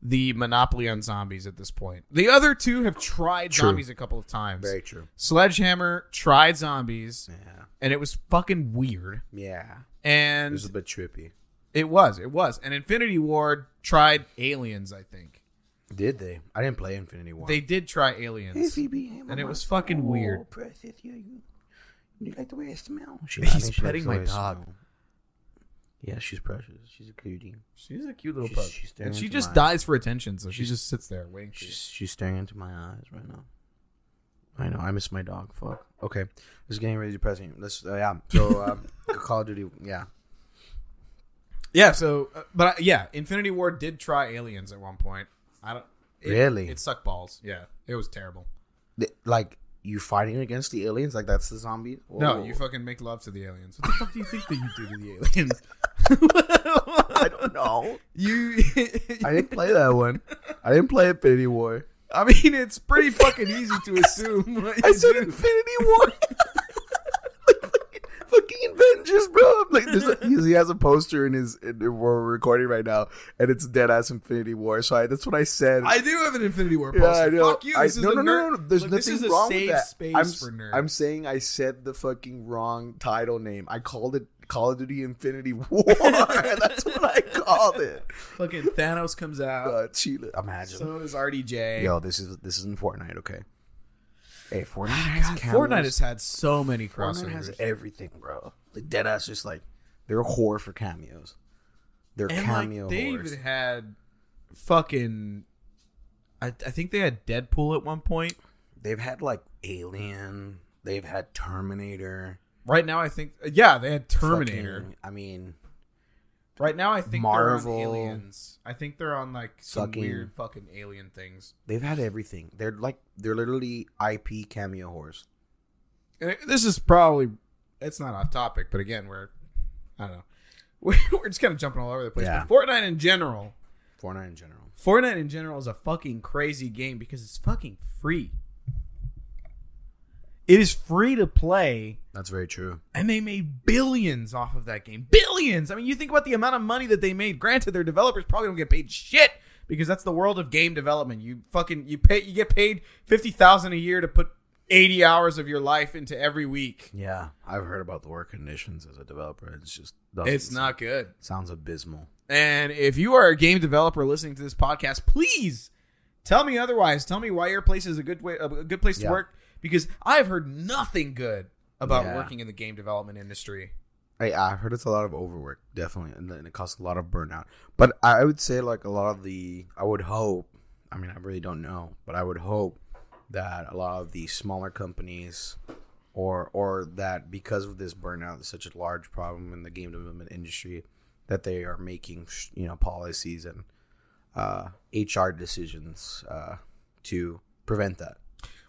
the monopoly on zombies at this point. The other two have tried True. zombies a couple of times. Very true. Sledgehammer tried zombies, Yeah. and it was fucking weird. Yeah. It And was a bit trippy. it was, it was. And Infinity Ward tried aliens. I think Did they? I didn't play Infinity War. they did try aliens. became And it was fucking weird. Precious, you, you, you like the way I smell. She, He's petting my dog. Yeah, she's precious. She's a cutie. She's a cute little She's- pug, she's staring and she into just mine. dies for attention. So she just sits there waiting. for you. She's she's staring into my eyes right now. I know. I miss my dog. Fuck. Okay, this is getting really depressing. Let's. Uh, yeah. So um, Call of Duty. Yeah. Yeah. So, uh, but I, yeah, Infinity War did try aliens at one point. I don't it- Really? It sucked balls. Yeah, it was terrible. Th- like you fighting against the aliens, like that's the zombie. No, Whoa. you fucking make love to the aliens. What the fuck do you think that you do to the aliens? I don't know. You, I didn't play that one. I didn't play Infinity War. I mean, it's pretty fucking easy to assume. what I you said do. Infinity War. Like, fucking- Fucking Avengers, bro! I'm Like, there's a, he- he has a poster in his. In, we're recording right now, and it's dead ass Infinity War. So I, that's what I said. I do have an Infinity War Yeah, poster. I know. Fuck you. I- This is no, a no, no, nerd- no, no. There's Look, nothing this is a wrong safe with that. Space I'm, for nerds. I'm saying I said the fucking wrong title name. I called it Call of Duty Infinity War. That's what I called it. fucking Thanos comes out. Uh, Chile, imagine. so does RDJ. Yo, this is this isn't Fortnite, okay? Hey, Fortnite Ah, God, has cameras. Fortnite has had so many Fortnite crossovers. has everything, bro. Like dead ass, just like they're a whore for cameos. They're and cameo like they whores. even had fucking. I, I think they had Deadpool at one point. They've had like Alien. They've had Terminator. Right now, I think uh, yeah, they had Terminator. fucking- I mean, right now, I think Marvel. they're on aliens. I think they're on like some Fucking- weird fucking alien things. They've had everything. They're like they're literally IP cameo whores. And it- this is probably it's not off topic, but again, we're I don't know. We're, we're just kind of jumping all over the place. Yeah. But Fortnite in general, Fortnite in general. Fortnite in general is a fucking crazy game because it's fucking free. It is free to play, That's very true. and they made billions off of that game. Billions! I mean, you think about the amount of money that they made. Granted, their developers probably don't get paid shit because that's the world of game development. You fucking you pay you get paid fifty thousand a year to put eighty hours of your life into every week. Yeah, I've heard about the work conditions as a developer. It's just It's not good. sounds abysmal. And if you are a game developer listening to this podcast, please tell me otherwise. Tell me why your place is a good way, a good place to Yeah. work because I've heard nothing good about Yeah. working in the game development industry. I, I've heard it's a lot of overwork, definitely, and, then it causes a lot of burnout. But I would say, like a lot of the, I would hope. I mean, I really don't know, but I would hope that a lot of the smaller companies, or or that because of this burnout, is such a large problem in the game development industry, that they are making you know policies and uh, HR decisions uh, to prevent that.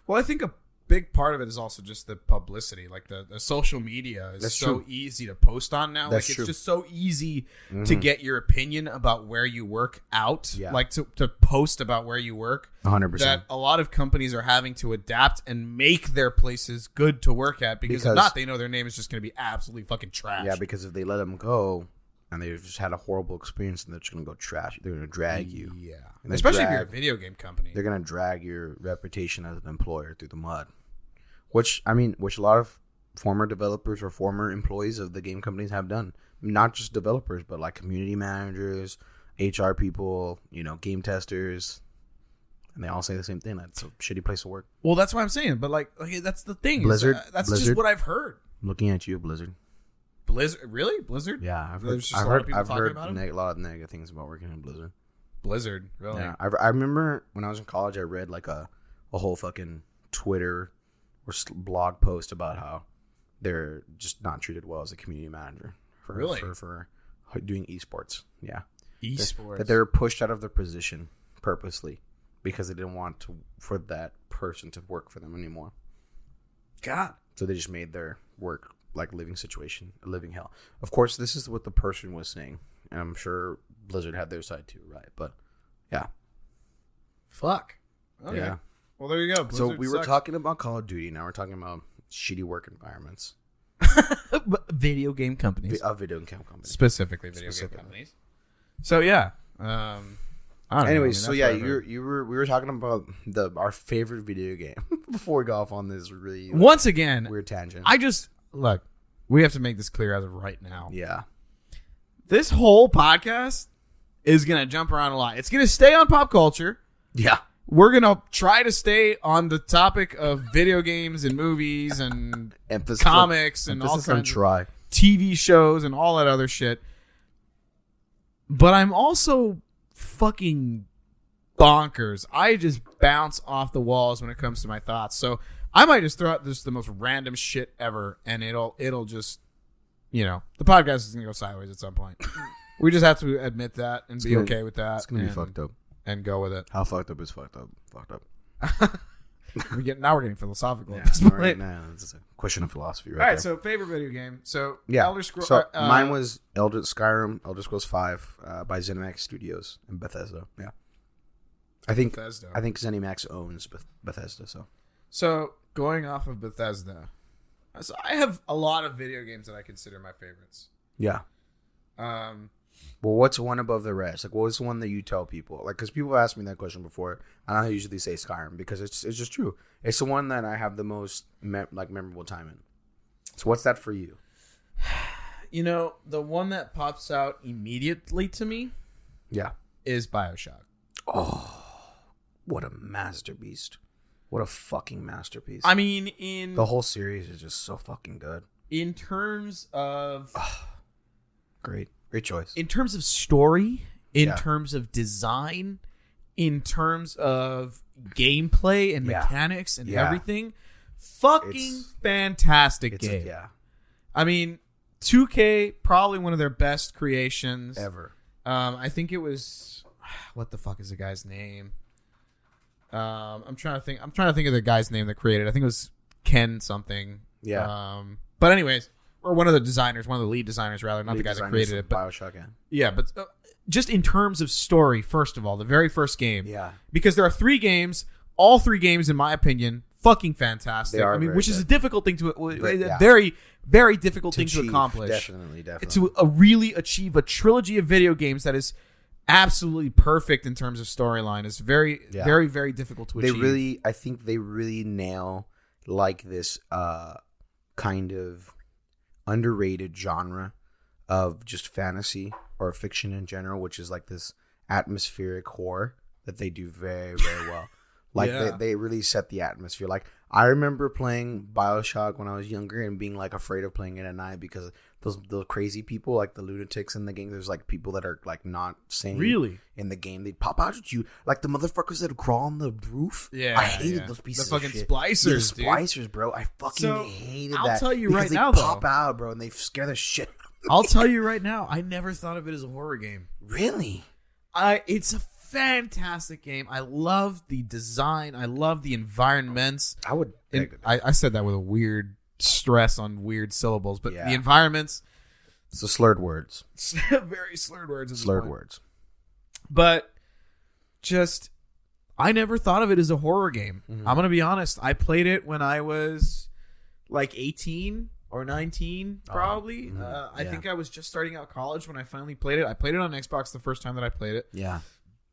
Well, I think a big part of it is also just the publicity, like the, the social media is That's so true. easy to post on now. That's like true. Mm-hmm. it's just so easy to get your opinion about where you work out, Yeah. like to, to post about where you work. One hundred that percent. a lot of companies are having to adapt and make their places good to work at because, if Because- not, they know their name is just going to be absolutely fucking trash. Yeah, because if they let them go, and they've just had a horrible experience, and they're just gonna go trash. They're gonna drag you. Yeah. And they Especially if you're a drag- video game company. They're gonna drag your reputation as an employer through the mud. Which I mean, which a lot of former developers or former employees of the game companies have done. Not just developers, but like community managers, HR people, you know, game testers, and they all say the same thing. That's a shitty place to work. Well, that's what I'm saying. But, like, okay, that's the thing. is, Blizzard- uh, that's just Blizzard. what I've heard. I'm looking at you, Blizzard. Blizzard. Really? Blizzard? Yeah, I've heard, There's just I've a lot of heard, people I've talking heard about it? neg- a lot of negative things about working in Blizzard. Blizzard. Really? Yeah, I, I remember when I was in college, I read like a, a whole fucking Twitter or s- blog post about how they're just not treated well as a community manager for Really? for, for doing esports. Yeah, Esports. that they were pushed out of their position purposely because they didn't want to for that person to work for them anymore. God. So they just made their work like living situation a living hell. Of course, this is what the person was saying, and I'm sure Blizzard had their side too, right? But yeah, Fuck. Okay. yeah. Well, there you go. So Blizzard we were sucks. talking about Call of Duty. Now we're talking about shitty work environments But video game companies. vi- of video game companies. Specifically, video Specifically. game companies. So, yeah. Um, I don't know. I mean, Anyways, so that's yeah, what I've you heard. were, you were we were talking about the our favorite video game before we got off on this really like, Once again, weird tangent. I just look. We have to make this clear as of right now. yeah, This whole podcast is gonna jump around a lot. It's gonna stay on pop culture. yeah, We're gonna try to stay on the topic of video games and movies and emphasis comics on, and all emphasis on kinds of try. TV shows and all that other shit. But I'm also fucking bonkers. I just bounce off the walls when it comes to my thoughts. So I might just throw out just the most random shit ever, and it'll it'll just you know the podcast is gonna go sideways at some point. We just have to admit that and be gonna- okay with that. It's gonna be and- fucked up. and go with it. How fucked up is fucked up? Fucked up. We get now we're getting philosophical Yeah, at this all point. right, nah, this is a question of philosophy, right? All right, there. so favorite video game. So yeah. Elder Scrolls. so uh, mine was Elder Skyrim, Elder Scrolls Five uh, by ZeniMax Studios and Bethesda. Yeah, I think Bethesda. I think ZeniMax owns Beth- Bethesda. So so going off of Bethesda. So I have a lot of video games that I consider my favorites. yeah. Um, Well, what's one above the rest? Like, what's one that you tell people? Like, because people ask me that question before, and I usually say Skyrim because it's it's just true. It's the one that I have the most me- like memorable time in. So what's that for you? you know, the one that pops out immediately to me Yeah. Oh, is BioShock. What a masterpiece! What a fucking masterpiece! I mean, in the whole series is just so fucking good. in terms of Great, great choice. in terms of story, in Yeah. terms of design, in terms of gameplay and Yeah. mechanics and Yeah. everything, fucking It's- fantastic It's a- game. yeah, I mean, 2K probably one of their best creations ever. Um, I think it was what the fuck is the guy's name? Um, I'm trying to think. I'm trying to think of the guy's name that created. it. I think it was Ken something. Yeah. Um, but anyways, or one of the designers, one of the lead designers rather, not the Lead guy that designers created of it, but Bioshock. Yeah. yeah, but uh, just in terms of story, first of all, the very first game. Yeah. Because there are three games, all three games, in my opinion, fucking fantastic. They are I mean, very which is a good. difficult thing to, But, yeah. a very, very difficult thing to achieve, accomplish. Definitely, definitely. To uh, really achieve a trilogy of video games that is absolutely perfect in terms of storyline is very, Yeah. very, very difficult to they achieve. really, I think they really nail like this uh, kind of underrated genre of just fantasy or fiction in general, which is like this atmospheric horror that they do very, very well. Like Yeah. they, they really set the atmosphere. Like I remember playing Bioshock when I was younger and being like afraid of playing it at night because those the crazy people, like the lunatics in the gang, there's like people that are like not sane Really? in the game. They'd pop out at you like the motherfuckers that crawl on the roof. Yeah, I hated yeah. those The pieces. fucking of shit. splicers, Yeah, the dude. splicers, bro. I fucking So, hated I'll that. tell you because right they now, though. pop out, bro, and they scare the shit. I'll tell you right now, I never thought of it as a horror game. Really? I it's a fantastic game. I love the design. I love the environments. I would. And I, I said that with a weird stress on weird syllables, but Yeah. the environments so slurred words. very slurred words. at this Slurred point. words. But just I never thought of it as a horror game. Mm-hmm. I'm gonna be honest. I played it when I was like 18 or 19, probably. mhm. Uh, I Yeah. think I was just starting out college when I finally played it. I played it on Xbox the first time that I played it. Yeah.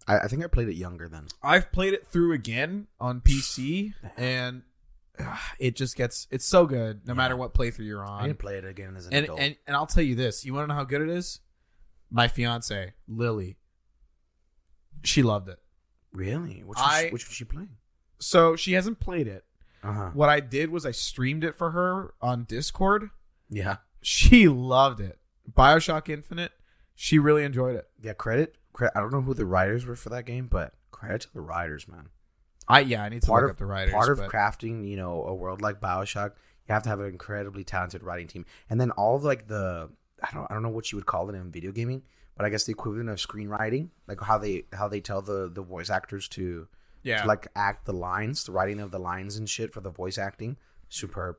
I, I think I played it younger then. I've played it through again on PC, and ah, it just gets it's so good no matter what playthrough you're I didn't on. play it again as an And, adult. and and I'll tell you this: you want to know how good it is? My fiance Lily, she loved it. really? Which was, I- which was she playing? So she hasn't played it. Uh huh. What I did was I streamed it for her on Discord. Yeah. She loved it. Bioshock Infinite. She really enjoyed it. Yeah. Credit. Credit. I don't know who the writers were for that game, but credit to the writers, man. I yeah, I need to part look of up the writers. part of but- crafting you know a world like bioshock you have to have an incredibly talented writing team and then all of like the i don't i don't know what you would call it in video gaming but i guess the equivalent of screenwriting like how they how they tell the the voice actors to, yeah, to like act the lines the writing of the lines and shit for the voice acting superb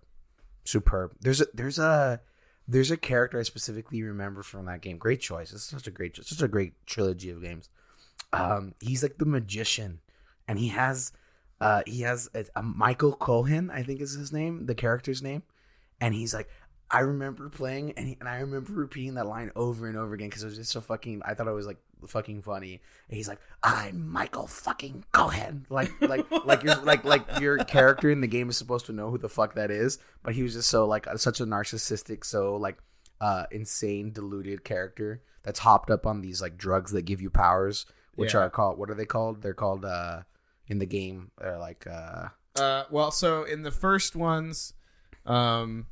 superb there's a there's a there's a character i specifically remember from that game great choice it's such a great it's such a great trilogy of games um he's like the magician and he has uh he has a, a michael cohen i think is his name the character's name and he's like i remember playing and, he, and i remember repeating that line over and over again because it was just so fucking i thought it was like fucking funny and he's like i'm michael fucking cohen like like like your like like your character in the game is supposed to know who the fuck that is but he was just so like uh, such a narcissistic so like uh insane deluded character that's hopped up on these like drugs that give you powers which Yeah. are called what are they called they're called uh in the game they're like uh Uh, well, so in the first ones, um,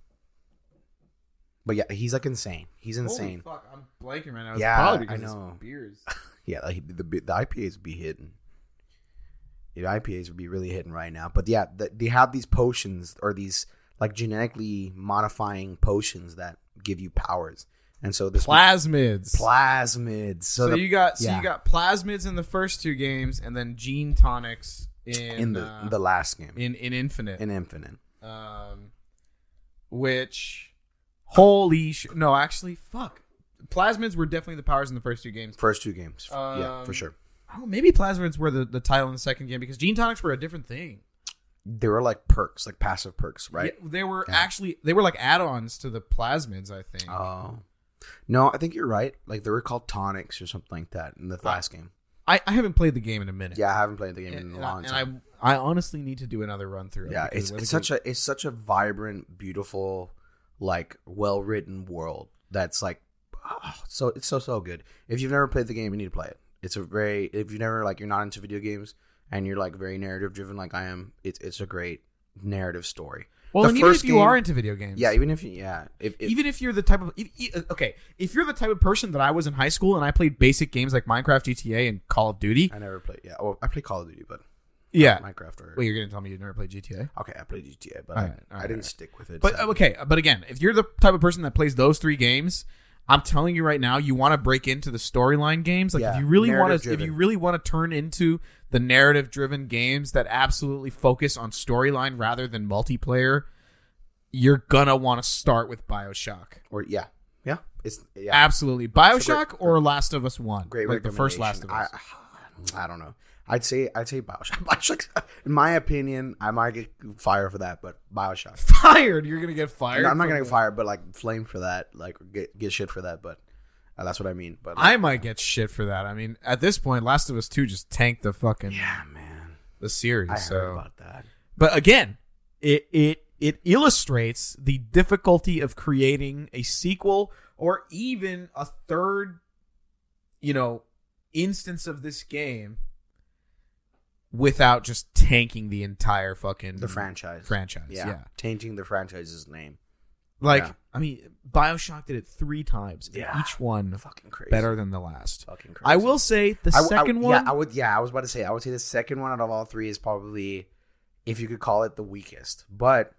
but yeah he's like insane he's holy insane fuck, I'm blanking right now. It's Yeah, probably I because it's know. beers. yeah like the, the ipas would be hitting the ipas would be really hitting right now but yeah th they have these potions or these like genetically modifying potions that give you powers And so this Plasmids. plasmids. So, so the, you got so yeah. you got plasmids in the first two games, and then gene tonics in in the uh, the last game in in Infinite. in Infinite. um, which holy sh- no, actually, fuck. Plasmids were definitely the powers in the first two games. First two games. yeah, for Um, sure. Oh, maybe plasmids were the, the title in the second game because gene tonics were a different thing. They were like perks, like passive perks, right? Yeah, they were actually they were like add-ons to the plasmids, I think. Oh. no, I think you're right. Like they were called tonics or something like that in the last game. I, I haven't played the game in a minute. Yeah, I haven't played the game and, in a and I- long and time. I I honestly need to do another run through. yeah, it's, it's such a it's such a vibrant, beautiful, like well written world that's like ah, so it's so so good. If you've never played the game, you need to play it. It's a very if you never like you're not into video games and you're like very narrative driven like I am, it's it's a great narrative story. well, the and even if first you game- are into video games, Yeah, even if you yeah, if, if even if you're the type of if, e- okay, if you're the type of person that I was in high school and I played basic games like Minecraft, GTA, and Call of Duty, I never played yeah, well I play Call of Duty, but yeah. Minecraft or Wait, you're gonna tell me you never played GTA? okay, I played GTA, but I, Alright, I alright, didn't alright. stick with it. But uh, so- okay, but again, if you're the type of person that plays those three games, I'm telling you right now, you want to break into the storyline games. Like Yeah, if you really want to, if narrative-driven. you really want to turn into the narrative-driven games that absolutely focus on storyline rather than multiplayer, you're gonna want to start with BioShock. or yeah. Yeah. It's yeah. Absolutely, It's a BioShock great- or Last of Us One, great like the first Last recommendation. of Us. I, I don't know. I'd say I'd say Bioshock. Bioshock. In my opinion, I might get fired for that, but Bioshock. fired, you're gonna get fired. I'm not for gonna that. get fired, but like flame for that, like get get shit for that. But uh, that's what I mean. But like, I might get shit for that. I mean, at this point, Last of Us Two just tanked the fucking yeah, man, the series. I so heard about that. but again it it it illustrates the difficulty of creating a sequel or even a third you know instance of this game without just tanking the entire fucking The franchise, Mm. franchise yeah, yeah. tainting the franchise's name, like Yeah. i mean bioshock did it three times and Yeah. each one fucking crazy. Mm. better than the last fucking crazy. i will say the I w- I second w- one Yeah, I would. Yeah, I was about to say. I would say the second one out of all three is probably, if you could call it, the weakest. But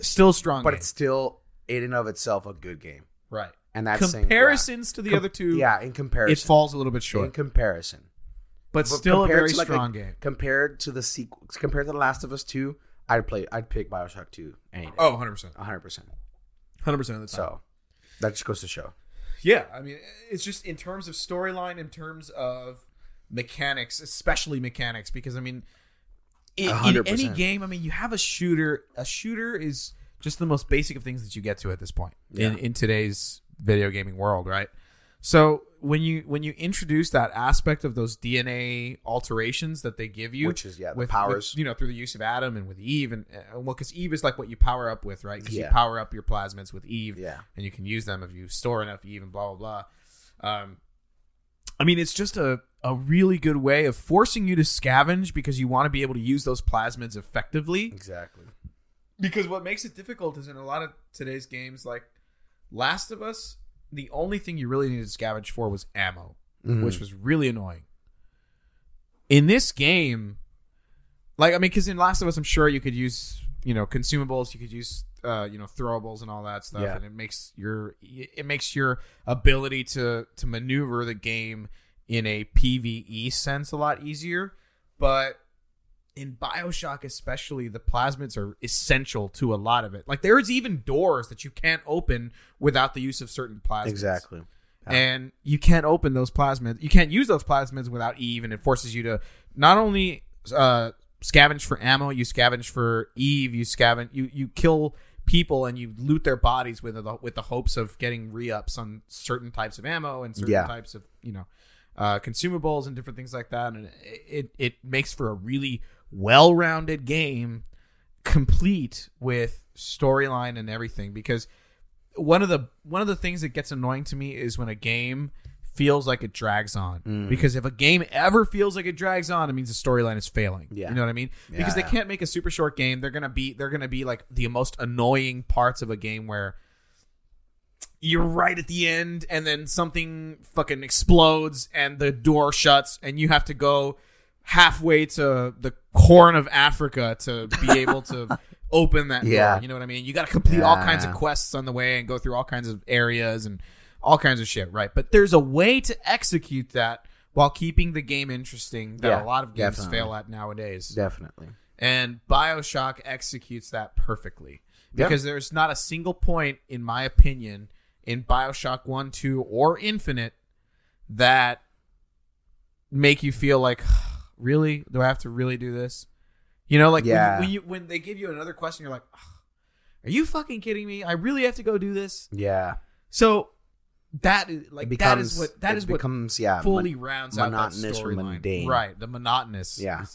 still strong but game. it's still in and of itself a good game. right And that's saying- yeah. comparisons to the other two Yeah, in comparison, it falls a little bit in short comparison. but But still a compared very to, like, strong game. Compared to the sequel, compared to The Last of Us Two, I'd play. I'd pick Bioshock Two any day. Oh, 100%. hundred percent. 100% of the time. So that just goes to show. yeah, I mean, it's just in terms of storyline, in terms of mechanics, especially mechanics, because, I mean, in, in any 100%. game, I mean, you have a shooter. A shooter is just the most basic of things that you get to at this point in, in today's video gaming world, right? So when you when you introduce that aspect of those DNA alterations that they give you, Which is, yeah, the powers. you know, through the use of Adam and with Eve, and uh, well, because Eve is like what you power up with, right? Because you Yeah. power up your plasmids with Eve, Yeah. and you can use them if you store enough Eve and blah blah blah. Um, I mean, it's just a a really good way of forcing you to scavenge because you want to be able to use those plasmids effectively. Exactly. Because what makes it difficult is in a lot of today's games, like Last of Us, the only thing you really needed to scavenge for was ammo, Mm-hmm. which was really annoying. In this game, like I mean, because in Last of Us, I'm sure you could use you know consumables, you could use uh, you know throwables and all that stuff, Yeah. and it makes your it makes your ability to to maneuver the game in a PVE sense a lot easier. But in Bioshock, especially, the plasmids are essential to a lot of it. Like there is even doors that you can't open without the use of certain plasmids. Exactly. Yeah. And you can't open those plasmids. You can't use those plasmids without Eve, and it forces you to not only uh, scavenge for ammo, you scavenge for Eve, you scavenge, you you kill people and you loot their bodies with the with the hopes of getting re-ups on certain types of ammo and certain Yeah. types of you know uh, consumables and different things like that. And it it, it makes for a really well rounded game, complete with storyline and everything because one of the one of the things that gets annoying to me is when a game feels like it drags on Mm. because if a game ever feels like it drags on it means the storyline is failing Yeah. you know what i mean because they Yeah. can't make a super short game they're gonna be they're gonna be like the most annoying parts of a game where you're right at the end and then something fucking explodes and the door shuts and you have to go halfway to the horn of africa to be able to open that Yeah. door you know what i mean you got to complete all kinds of Yeah. quests on the way and go through all kinds of areas and all kinds of shit, right? But there's a way to execute that while keeping the game interesting that Yeah, a lot of games definitely. fail at nowadays. Definitely. And BioShock executes that perfectly Yeah. because there's not a single point in my opinion in BioShock 1, 2 or Infinite that make you feel like really do I have to really do this? You know like when- Yeah. when, you when they give you another question you're like "Ugh, are you fucking kidding me? I really have to go do this? Yeah. So that is like It that is what that it is what becomes yeah fully mon- rounds out that monotonous or storyline. mundane. Right, the monotonous. Yeah.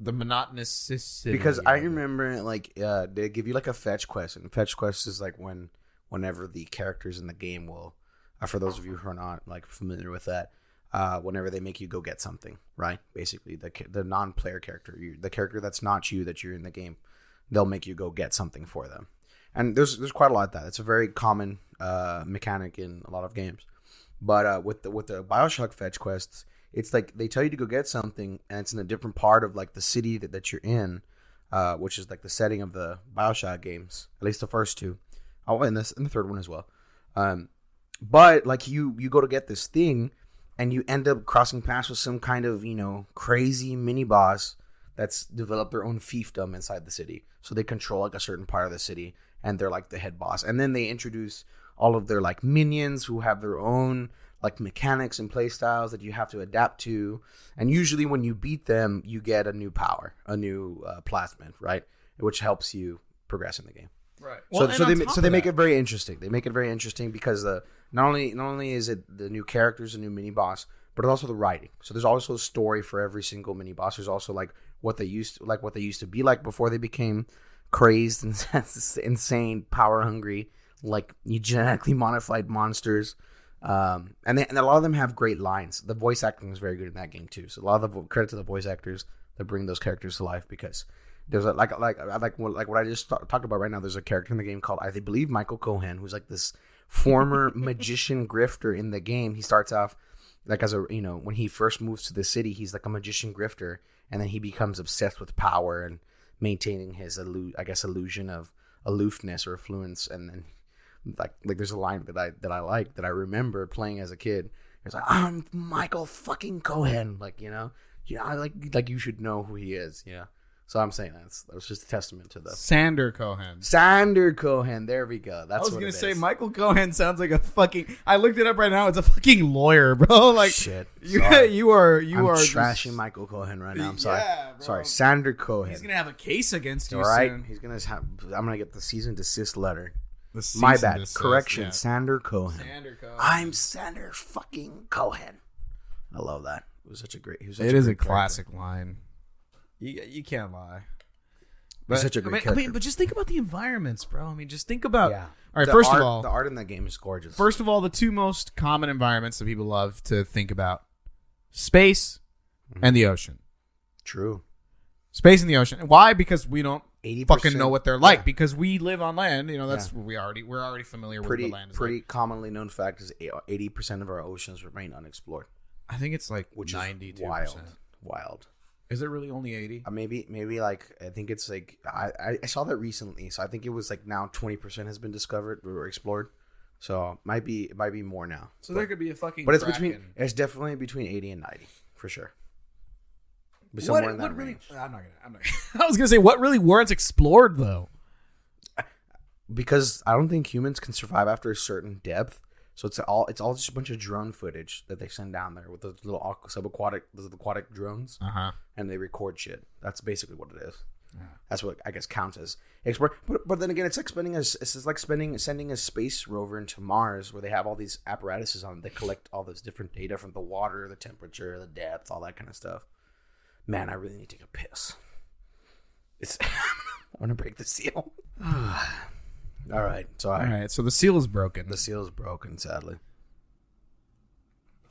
The monotonous because I remember like uh, they give you like a fetch quest, and fetch quest is like when whenever the characters in the game will, uh, for those of you who are not like familiar with that, uh, whenever they make you go get something, right? Basically, the ca- the non-player character, you, the character that's not you that you're in the game, they'll make you go get something for them, and there's there's quite a lot of that. It's a very common uh, mechanic in a lot of games. But uh, with the with the Bioshock fetch quests, it's like they tell you to go get something, and it's in a different part of like the city that, that you're in, uh, which is like the setting of the Bioshock games, at least the first two, oh, and this and the third one as well. Um, but like you you go to get this thing, and you end up crossing paths with some kind of you know crazy mini boss that's developed their own fiefdom inside the city. So they control like a certain part of the city, and they're like the head boss. And then they introduce all of their like minions who have their own like mechanics and play styles that you have to adapt to. And usually, when you beat them, you get a new power, a new uh, plasmid, right? Which helps you progress in the game. Right. so, so they ma- so they make it very interesting. They make it very interesting because the not only not only is it the new characters, the new mini boss, but also the writing. So there's also a story for every single mini boss. There's also like what they used to, like what they used to be like before they became crazed and insane, power hungry, like genetically modified monsters. Um, and, they, and a lot of them have great lines. The voice acting is very good in that game too. So a lot of the vo- credit to the voice actors that bring those characters to life because there's a, like like I like what- like what I just ta- talked about right now. There's a character in the game called I believe Michael Cohen, who's like this former magician grifter in the game. He starts off like as a you know when he first moves to the city, he's like a magician grifter, and then he becomes obsessed with power and maintaining his illu- I guess illusion of aloofness or affluence, and then like like there's a line that I that I like that I remember playing as a kid. It's like I'm Michael fucking Cohen, like you know, yeah, I like like you should know who he is, yeah. So I'm saying that's that was just a testament to the Sander Cohen. Sander Cohen. There we go. That's I was what gonna it say is. Michael Cohen sounds like a fucking. I looked it up right now. It's a fucking lawyer, bro. Like shit. you, Sorry. you are you I'm are trashing just- Michael Cohen right now. I'm sorry. Yeah, bro. Sorry, Sander Cohen. He's gonna have a case against you all right, soon. he's gonna have. I'm gonna get the season desist letter. The cease My and bad. desist, Correction, yeah. Sander Cohen. Sander Cohen. I'm Sander fucking Cohen. I love that. It was such a great. He was such it is a great character. classic line. You you can't lie. But, such a I great mean, I character. mean, but just think about the environments, bro. I mean, just think about. Yeah. All right. The first art- of all, the art in that game is gorgeous. First of all, the two most common environments that people love to think about space Mm-hmm. and the ocean. True. Space and the ocean. Why? Because we don't 80% fucking know what they're like yeah. because we live on land. You know, that's Yeah. what we already we're already familiar with Pretty what land is pretty like. commonly known fact is eighty percent of our oceans remain unexplored, I think it's like which ninety is two wild. percent. Wild. Is it really only eighty? Uh, maybe maybe like I think it's like I, I, I saw that recently, so I think it was like now twenty percent has been discovered or explored. So might be it might be more now. So there could be a fucking. But it's kraken. between it's definitely between eighty and ninety for sure. But What, somewhere in that what really? range. I'm not gonna. I'm not. I was gonna say what really warrants explored though. because I don't think humans can survive after a certain depth. So it's all it's all just a bunch of drone footage that they send down there with those little aqu- subaquatic those aquatic drones, Uh huh. and they record shit. That's basically what it is. That's what I guess counts as explore. But, but then again, it's like spending a s- it's just like spending sending a space rover into Mars where they have all these apparatuses on that collect all this different data from the water, the temperature, the depth, all that kind of stuff. Man, I really need to take a piss. It's I'm gonna break the seal. all right, All sorry. right. So the seal is broken. The seal is broken. Sadly,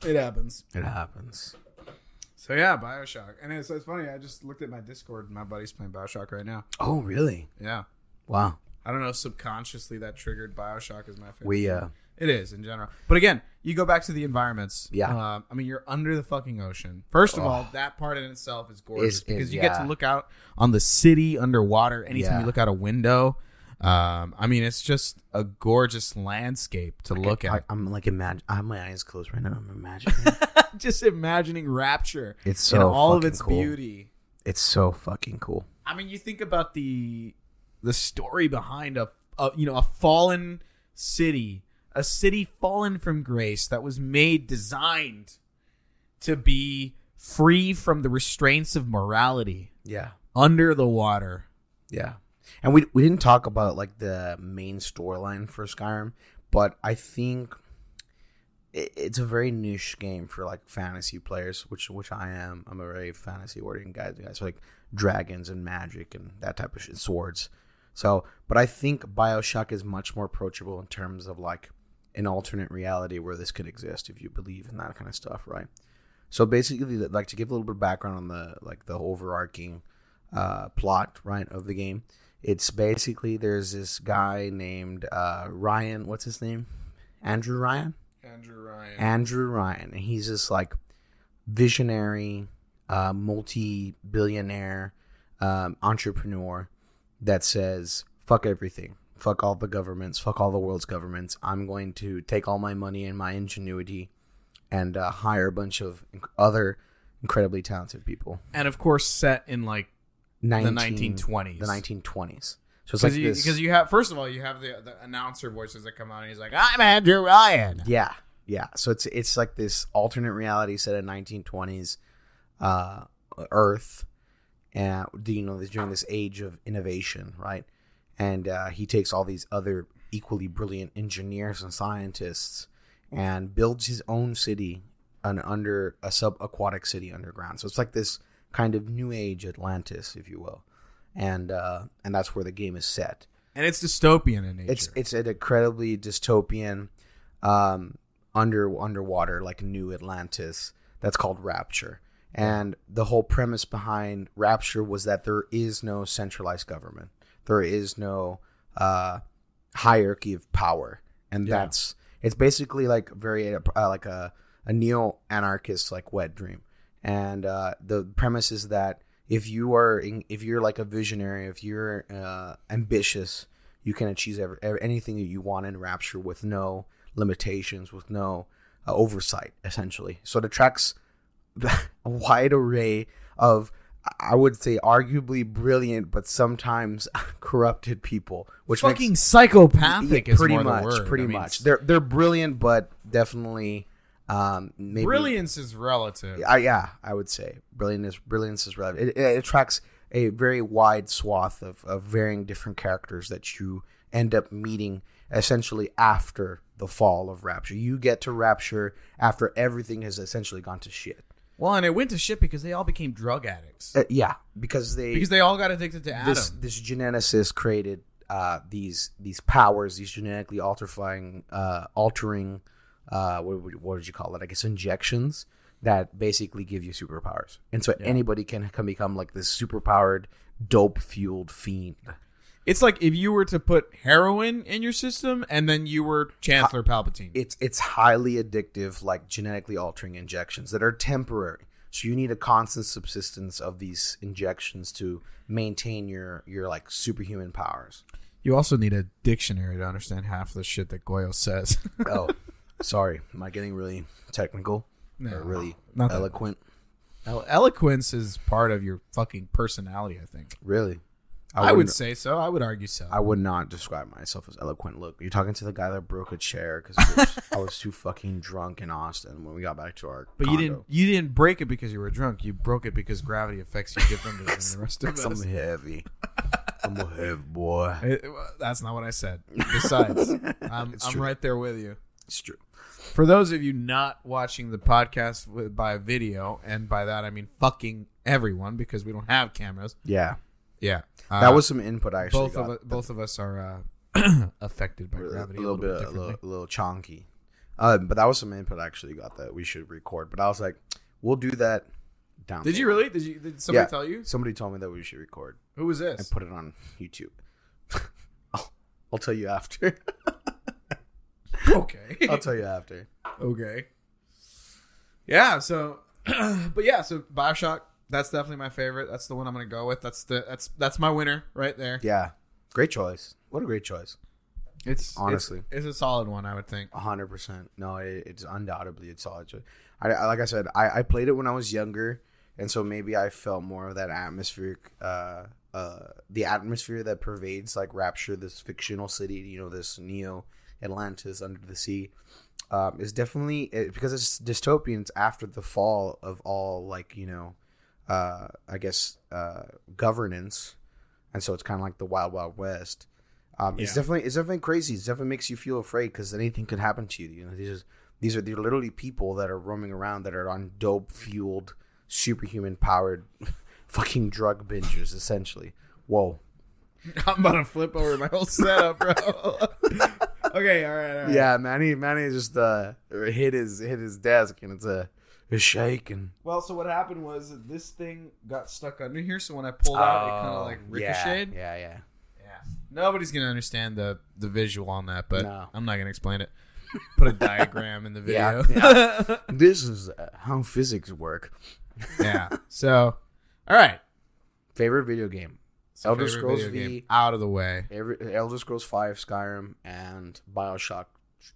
It happens. it happens. So yeah, Bioshock, and it's, it's funny. I just looked at my Discord, and my buddy's playing Bioshock right now. Oh, really? Yeah, Wow. I don't know. Subconsciously, that triggered Bioshock is my favorite. We uh, it is in general, but again, you go back to the environments. Yeah. Um, I mean, you're under the fucking ocean. First of all, that part in itself is gorgeous Is- is- because you get yeah. to look out on the city underwater. Anytime Yeah. you look out a window, Um, I mean, it's just a gorgeous landscape to look at. I, am like imagine. I have my eyes closed right now. I'm imagining. just imagining rapture It's in so all of fucking its cool. beauty. it's so fucking cool. I mean, you think about the the story behind a, a you know a fallen city, a city fallen from grace that was made designed to be free from the restraints of morality Yeah, under the water. yeah. And we we didn't talk about like the main storyline for Skyrim, but I think it, it's a very niche game for like fantasy players, which which I am. I'm a very fantasy oriented guy. Guys like dragons and magic and that type of shit, swords. So, but I think Bioshock is much more approachable in terms of like an alternate reality where this could exist if you believe in that kind of stuff, right? So basically, th- like to give a little bit of background on the like the overarching uh, plot, right, of the game. It's basically there's this guy named uh, Ryan. What's his name? Andrew Ryan. Andrew Ryan. Andrew Ryan. And he's this like visionary, uh, multi billionaire um, entrepreneur that says, fuck everything. Fuck all the governments. Fuck all the world's governments. I'm going to take all my money and my ingenuity and uh, hire a bunch of inc- other incredibly talented people. And of course, set in like 19, 1920s. The 1920s. So it's like because you, this. because you have first of all you have the, the announcer voices that come out and he's like I'm Andrew Ryan. Yeah, yeah. So it's it's like this alternate reality set in 1920s uh, Earth, and you know during this age of innovation, right? And uh, he takes all these other equally brilliant engineers and scientists and builds his own city, an under a subaquatic city underground. So it's like this kind of new age Atlantis, if you will, and uh, and that's where the game is set And it's dystopian in nature. it's it's an incredibly dystopian um under underwater like new atlantis that's called rapture and the whole premise behind rapture was that there is no centralized government there is no uh hierarchy of power and Yeah. that's it's basically like very uh, like a, a neo-anarchist like wet dream and uh, the premise is that if you are in, if you're like a visionary if you're uh, ambitious you can achieve ever, ever, anything that you want in rapture with no limitations with no uh, oversight essentially so the tracks a wide array of I would say arguably brilliant, but sometimes corrupted people, which makes- fucking psychopathic yeah, is pretty more the much, word. pretty I mean, much. They're they're brilliant, but definitely um, maybe brilliance is relative. I, yeah, I would say brilliance. Brilliance is relative. It, it attracts a very wide swath of, of varying different characters that you end up meeting essentially after the fall of Rapture. You get to Rapture after everything has essentially gone to shit. Well, and it went to shit because they all became drug addicts Uh, yeah, because they because they all got addicted to Adam. this this geneticist created uh, these these powers, these genetically altering uh, altering uh, what, would- what would you call it? I guess injections that basically give you superpowers, and so anybody can can become like this superpowered, dope fueled fiend. It's like if you were to put heroin in your system and then you were Chancellor Palpatine. It's it's highly addictive, like genetically altering injections that are temporary. So you need a constant subsistence of these injections to maintain your your like superhuman powers. you also need a dictionary to understand half the shit that Goyo says. oh, sorry. Am I getting really technical No, or really not that- eloquent? Elo- Eloquence is part of your fucking personality, I think. Really? I, would wouldn't- say so. I would argue so. I would not describe myself as eloquent. Look, you're talking to the guy that broke a chair because I was too fucking drunk in Austin when we got back to our. but condo. you didn't. You didn't break it because you were drunk. You broke it because gravity affects you differently than the rest of us. I'm heavy. I'm a heavy boy. It- it- that's not what I said. Besides, I'm, I'm right there with you. It's true. For those of you not watching the podcast with, by video, and by that I mean fucking everyone because we don't have cameras. Yeah, Yeah, uh, that was some input I actually both got. of us, both of us are uh, affected by a, gravity a little, bit, a differently. little, a little chonky. Uh, but that was some input I actually got that we should record. But I was like, we'll do that. Down. Did the you line. really? Did you? Did somebody Yeah. tell you? Somebody told me that we should record. Who was this? put it on YouTube. I'll, I'll tell you after. okay. I'll tell you after. okay. Yeah. So, but yeah. So Bioshock. That's definitely my favorite. That's the one I'm gonna go with. That's the that's that's my winner right there. Yeah. Great choice. What a great choice. It's Honestly. it's, it's a solid one, I would think. A hundred percent. No, it, it's undoubtedly it's solid. choice. I, I like I said, I, I played it when I was younger, and so maybe I felt more of that atmospheric, uh, uh, the atmosphere that pervades like Rapture, this fictional city. You know, this Neo Atlantis under the sea. Um, is definitely it, because it's dystopian. It's after the fall of all like you know, uh, I guess uh, governance, and so it's kind of like the Wild Wild West. Um, It's Yeah. definitely it's definitely crazy. It definitely makes you feel afraid because anything could happen to you. You know, these are these are they're literally people that are roaming around that are on dope fueled, superhuman powered, fucking drug bingers essentially. Whoa. I'm about to flip over my whole setup, bro. okay, all right, all right. Yeah, Manny Manny just uh hit his hit his desk and it's a it's shaking. Well, so what happened was that this thing got stuck under here, so when I pulled out, it kind of like ricocheted. Oh, Yeah, yeah. yeah. Yeah. Nobody's gonna understand the the visual on that, but No. I'm not gonna explain it. Put a diagram in the Yeah, video. Yeah. This is uh, how physics work. So, all right. Favorite video game. So Elder favorite Scrolls video V. game out of the way. Every, Elder Scrolls 5, Skyrim and BioShock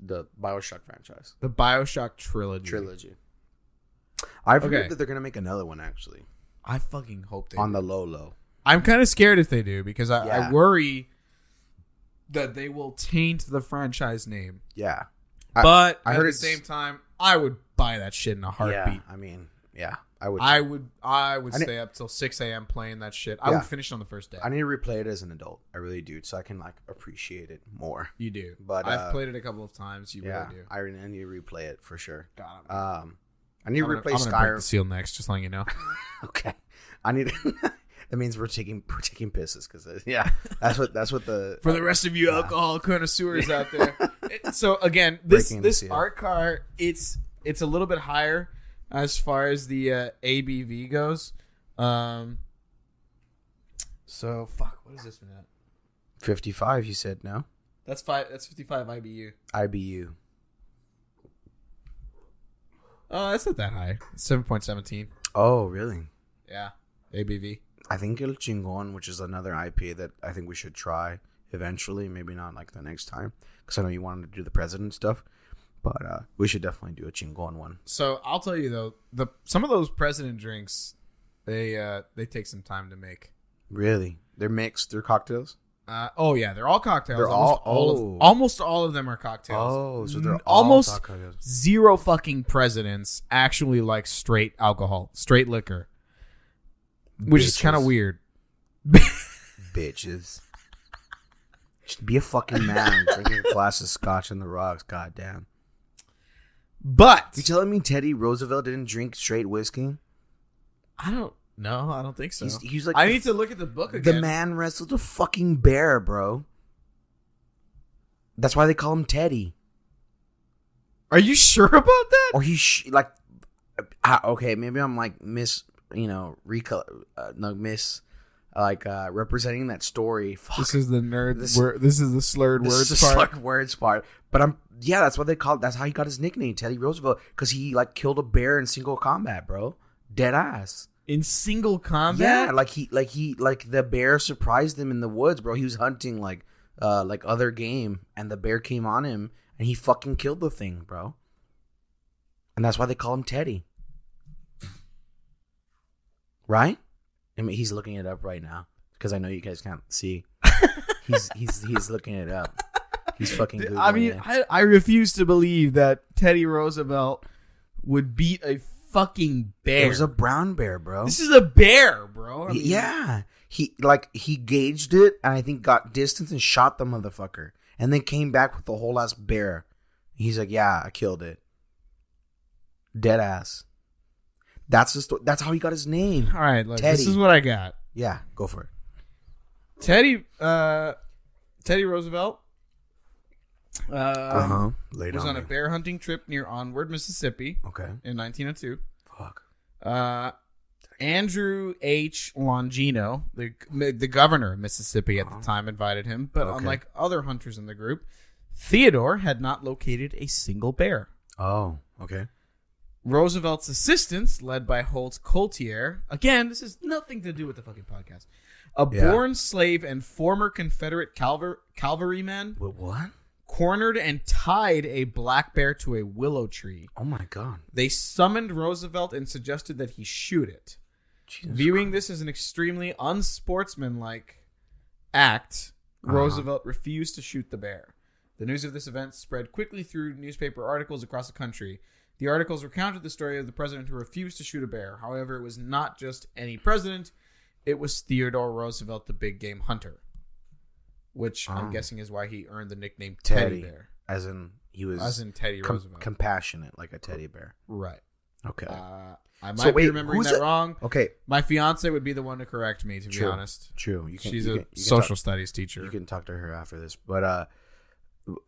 the BioShock franchise. The Bioshock trilogy. trilogy. I've Mm-hmm. Okay. heard that they're gonna make another one actually I fucking hope they. on the low low. I'm kind of scared if they do because I, I Yeah. worry that they will taint the franchise name. Yeah, I- But I at heard the it's- same time, I would buy that shit in a heartbeat. Yeah, I mean, yeah, I would. I I, would I would I ne- stay up till six a.m. playing that shit. I Yeah. would finish it on the first day. need to replay it as an adult. I really do, so I can like appreciate it more. you do, But, I've uh, played it a couple of times. You yeah, really do. I re- I need to replay it for sure. God, I'm- Um, I need to I'm gonna- replay I'm gonna break the Skyrim. seal next, just letting you know. Okay, I need. that means we're taking we're taking pisses because yeah, that's what that's what the For the rest of you Yeah. alcohol connoisseurs out there. It- so again, this Breaking the this seal. art car, it's it's a little bit higher as far as the uh, ABV goes. Um, so fuck, what is this one at? fifty five. You said no That's five. That's fifty five IBU. IBU. Oh, that's not that high. Seven point seventeen. Oh really? Yeah, ABV. I think El Chingon, which is another IPA that I think we should try eventually. Maybe not like the next time, because I know you wanted to do the president stuff, but uh, we should definitely do a Chingon one. So I'll tell you though, the some of those president drinks, they uh they take some time to make. Really, they're mixed. They're cocktails. Uh, oh yeah, they're all cocktails. They're almost all- all oh. of, almost all of them are cocktails. Oh, so they're Mm, all almost cocktails. zero fucking presidents actually like straight alcohol, straight liquor, which is Bitches. kind of weird. bitches. Just be a fucking man. drinking a glass of scotch on the rocks. Goddamn. But You telling me Teddy Roosevelt didn't drink straight whiskey? I don't know. I don't think so. He's, he's like I the, need to look at the book the again. man wrestled a fucking bear, bro. That's why they call him Teddy. Are you sure about that? or he sh- like I, okay maybe i'm like miss you know recol uh, no miss like uh representing that story Fuck. This is the nerd. This- word, this is the slurred This words is part. like words part but i'm yeah that's what they call that's how he got his nickname teddy roosevelt because he like killed a bear in single combat bro dead ass In single combat. yeah like he like he like the bear surprised him in the woods bro he was hunting like uh like other game and the bear came on him and he fucking killed the thing bro and that's why they call him teddy right i mean he's looking it up right now because i know you guys can't see he's he's he's looking it up he's fucking Googling I mean, it. I, I refuse to believe that Teddy Roosevelt would beat a fucking it bear. was a brown bear bro this is a bear, bro. I mean, yeah, he like he gauged it, and I think got distance and shot the motherfucker, and then came back with the whole ass bear. He's like, "Yeah, I killed it." Dead ass. That's the sto- That's how he got his name. All right, look, Teddy. this is what I got. Yeah, go for it. Teddy, uh, Teddy Roosevelt uh, Uh huh. Later was on. on a bear hunting trip near Onward, Mississippi, okay. in 1902. Fuck. Uh, Andrew H. Longino, the the governor of Mississippi at the time, invited him, but Uh-huh. Okay. unlike other hunters in the group, Theodore had not located a single bear. Oh. Okay. Roosevelt's assistants, led by Holt Coltier, again, this is nothing to do with the fucking podcast, a Yeah. born slave and former Confederate calver- cavalryman, Wait, what? cornered and tied a black bear to a willow tree. Oh my god. They summoned Roosevelt and suggested that he shoot it. Jesus Viewing this as an extremely unsportsmanlike act, Uh-huh. Roosevelt refused to shoot the bear. The news of this event spread quickly through newspaper articles across the country. The articles recounted the story of the president who refused to shoot a bear. However, it was not just any president, it was Theodore Roosevelt, the big game hunter, which Oh. I'm guessing is why he earned the nickname Teddy, Teddy, Bear. as in he was As in Teddy com- Roosevelt. compassionate, like a teddy bear. right. Okay. Uh, I might So be wait, remembering who's that it- wrong. okay. My fiance would be the one to correct me, to be True. honest. True. You can, She's you a can- you can social talk- studies teacher. You can talk to her after this, but uh,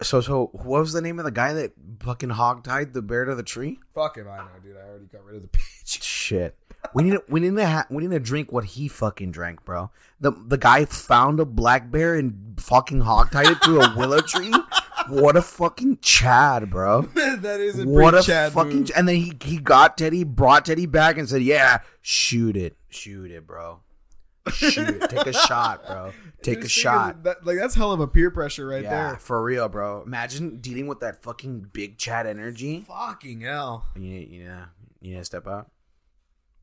so so what was the name of the guy that fucking hog tied the bear to the tree? Fuck if I know, dude. I already got rid of the page. Shit. We need to, we need to ha- we need to drink what he fucking drank, bro. The the guy found a black bear and fucking hog tied it to a willow tree. What a fucking Chad, bro. that is a What pretty a Chad fucking move. and then he he got Teddy, brought Teddy back and said, "Yeah, shoot it, shoot it, bro, shoot it, take a shot, bro, take a This thing shot." is- that- like that's hell of a peer pressure right yeah, there. for real, bro. Imagine dealing with that fucking big Chad energy. Fucking hell. You need, you know, you need to step out.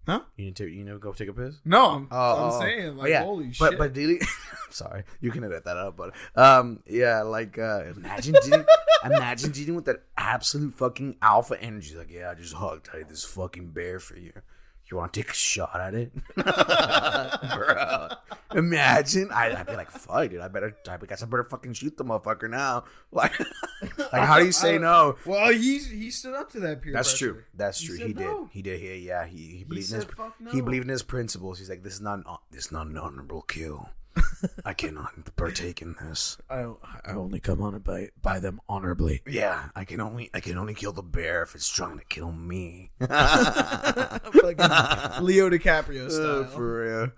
Huh? You need to, you know, go take a piss. No, I'm, Oh, I'm oh, saying oh. like Oh, yeah. holy but shit. but dealing. sorry, you can edit that out. But um, yeah, like uh, imagine dealing, imagine dealing with that absolute fucking alpha energy. Like, yeah, I just hug tight this fucking bear for you. You want to take a shot at it, bro? Imagine I, I'd be like, fuck, dude. I better, I guess I better fucking shoot the motherfucker now. Like, like how do you say no? well, he he stood up to that peer. That's Uh, pressure. true. That's He true. said He did. no. He did. He, yeah. He, he believed in his. said fuck He no. believed in his principles. He's like, this is not an, hon- this is not an honorable kill. I cannot partake in this. I, I only come on it by, by them honorably. Yeah, I can only I can only kill the bear if it's trying to kill me. Uh, Fucking Leo DiCaprio Uh, style. real.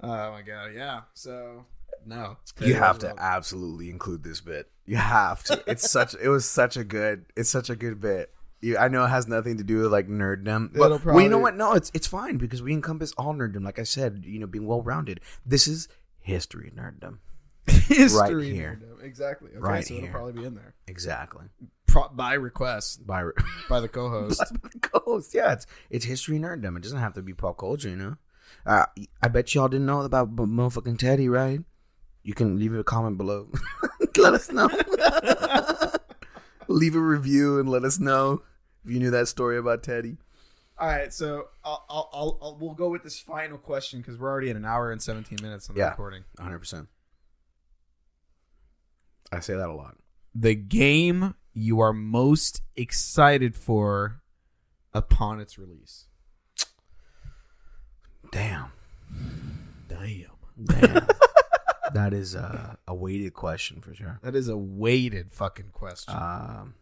oh my god, yeah. So no, You have to absolutely include this bit. You have to. It's such. It was such a good. It's such a good bit. You, I know it has nothing to do with like nerddom, but It'll well, you probably- know what? No, it's it's fine because we encompass all nerddom. Like I said, you know, being well rounded. This is history nerddom. history right here. nerd. Exactly. Okay, Right so here. it'll probably be in there Exactly. Pro- by request By re- by the co-host. ghost. Yeah, it's it's history nerddom. It doesn't have to be pop culture, you know. Uh, I bet y'all didn't know about b- motherfucking Teddy, right? You can leave a comment below. let us know. leave a review and let us know if you knew that story about Teddy. All right, so I'll, I'll, I'll, I'll we'll go with this final question because we're already at an hour and seventeen minutes on the Yeah. recording. 100%. I say that a lot. The game you are most excited for upon its release. Damn. Damn. Damn. that is uh, a weighted question for sure. That is a weighted fucking question. Um,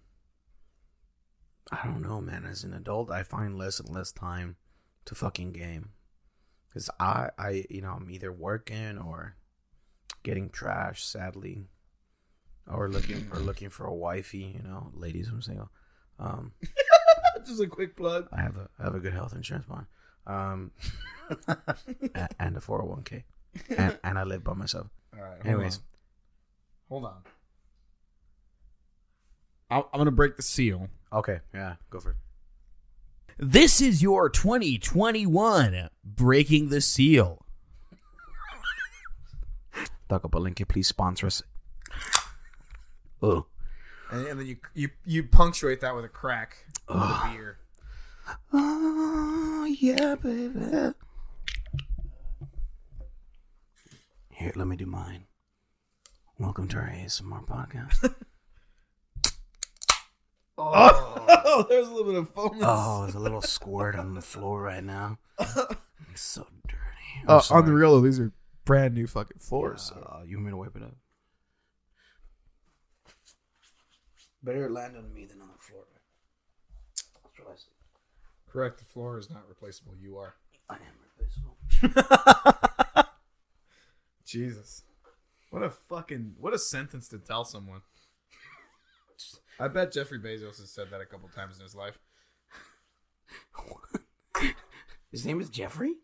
I don't know, man. As an adult, I find less and less time to fucking game because I, I, you know, I'm either working or getting trash, sadly, or looking or looking for a wifey. You know, ladies, I'm single. Um, Just a quick plug. I have a I have a good health insurance bond, um, a- and a 401k, and, and I live by myself. All right. Hold Anyways, on. hold on. I'll, I'm gonna break the seal. okay, yeah, go for it. This is your 2021 Breaking the Seal. Taco Palenque, please sponsor us. Oh. And, and then you you you punctuate that with a crack with a beer. Oh yeah, baby. Here, let me do mine. Welcome to our ASMR podcast. Oh, there's a little bit of foam. oh, there's a little squirt on the floor right now. It's so dirty. I'm Uh, Oh, on the sorry. real, these are brand new fucking floors. so- Uh, you want me to wipe it up? Better land on me than on the floor. That's what I said. Correct. The floor is not replaceable. You are. I am replaceable. Jesus. What a fucking what a sentence to tell someone. I bet Jeffrey Bezos has said that a couple times in his life. His name is Jeffrey?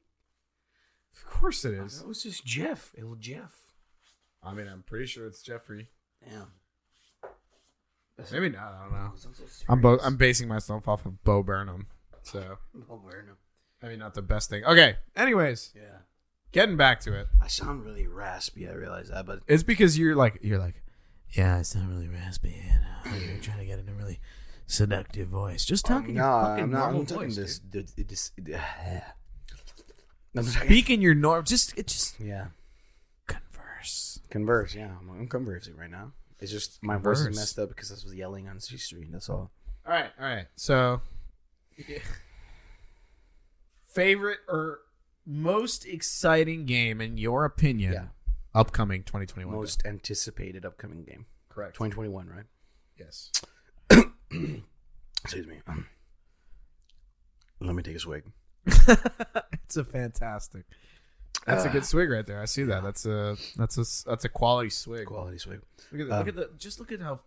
Of course it is. That was just Jeff. It'll Jeff. I mean, I'm pretty sure it's Jeffrey. Damn. Maybe not. I don't know. I'm so I'm bo- I'm basing myself off of Bo Burnham. So I mean, not the best thing. Okay. Anyways, Yeah. getting back to it. I sound really raspy. I realize that, but It's because you're like you're like Yeah, it's not really raspy. And, uh, you're trying to get in a really seductive voice. Just talking No, your fucking I'm not. normal I'm talking voice. this. dude. th- th- this- th- I'm talking- Speak in your norm. Just it just Yeah, converse. converse. Yeah, I'm, I'm conversing right now. It's just my voice is Converse. messed up because I was yelling on C Street. That's all. All right, all right. So, favorite or most exciting game in your opinion? Yeah. Upcoming 2021. Most anticipated upcoming game, correct. 2021, right? Yes. Excuse me. Um, let me take a swig. It's a fantastic. That's a good swig right there. I see that. That's a that's a s- that's a quality swig. Quality swig. Look at that. look at the just look at how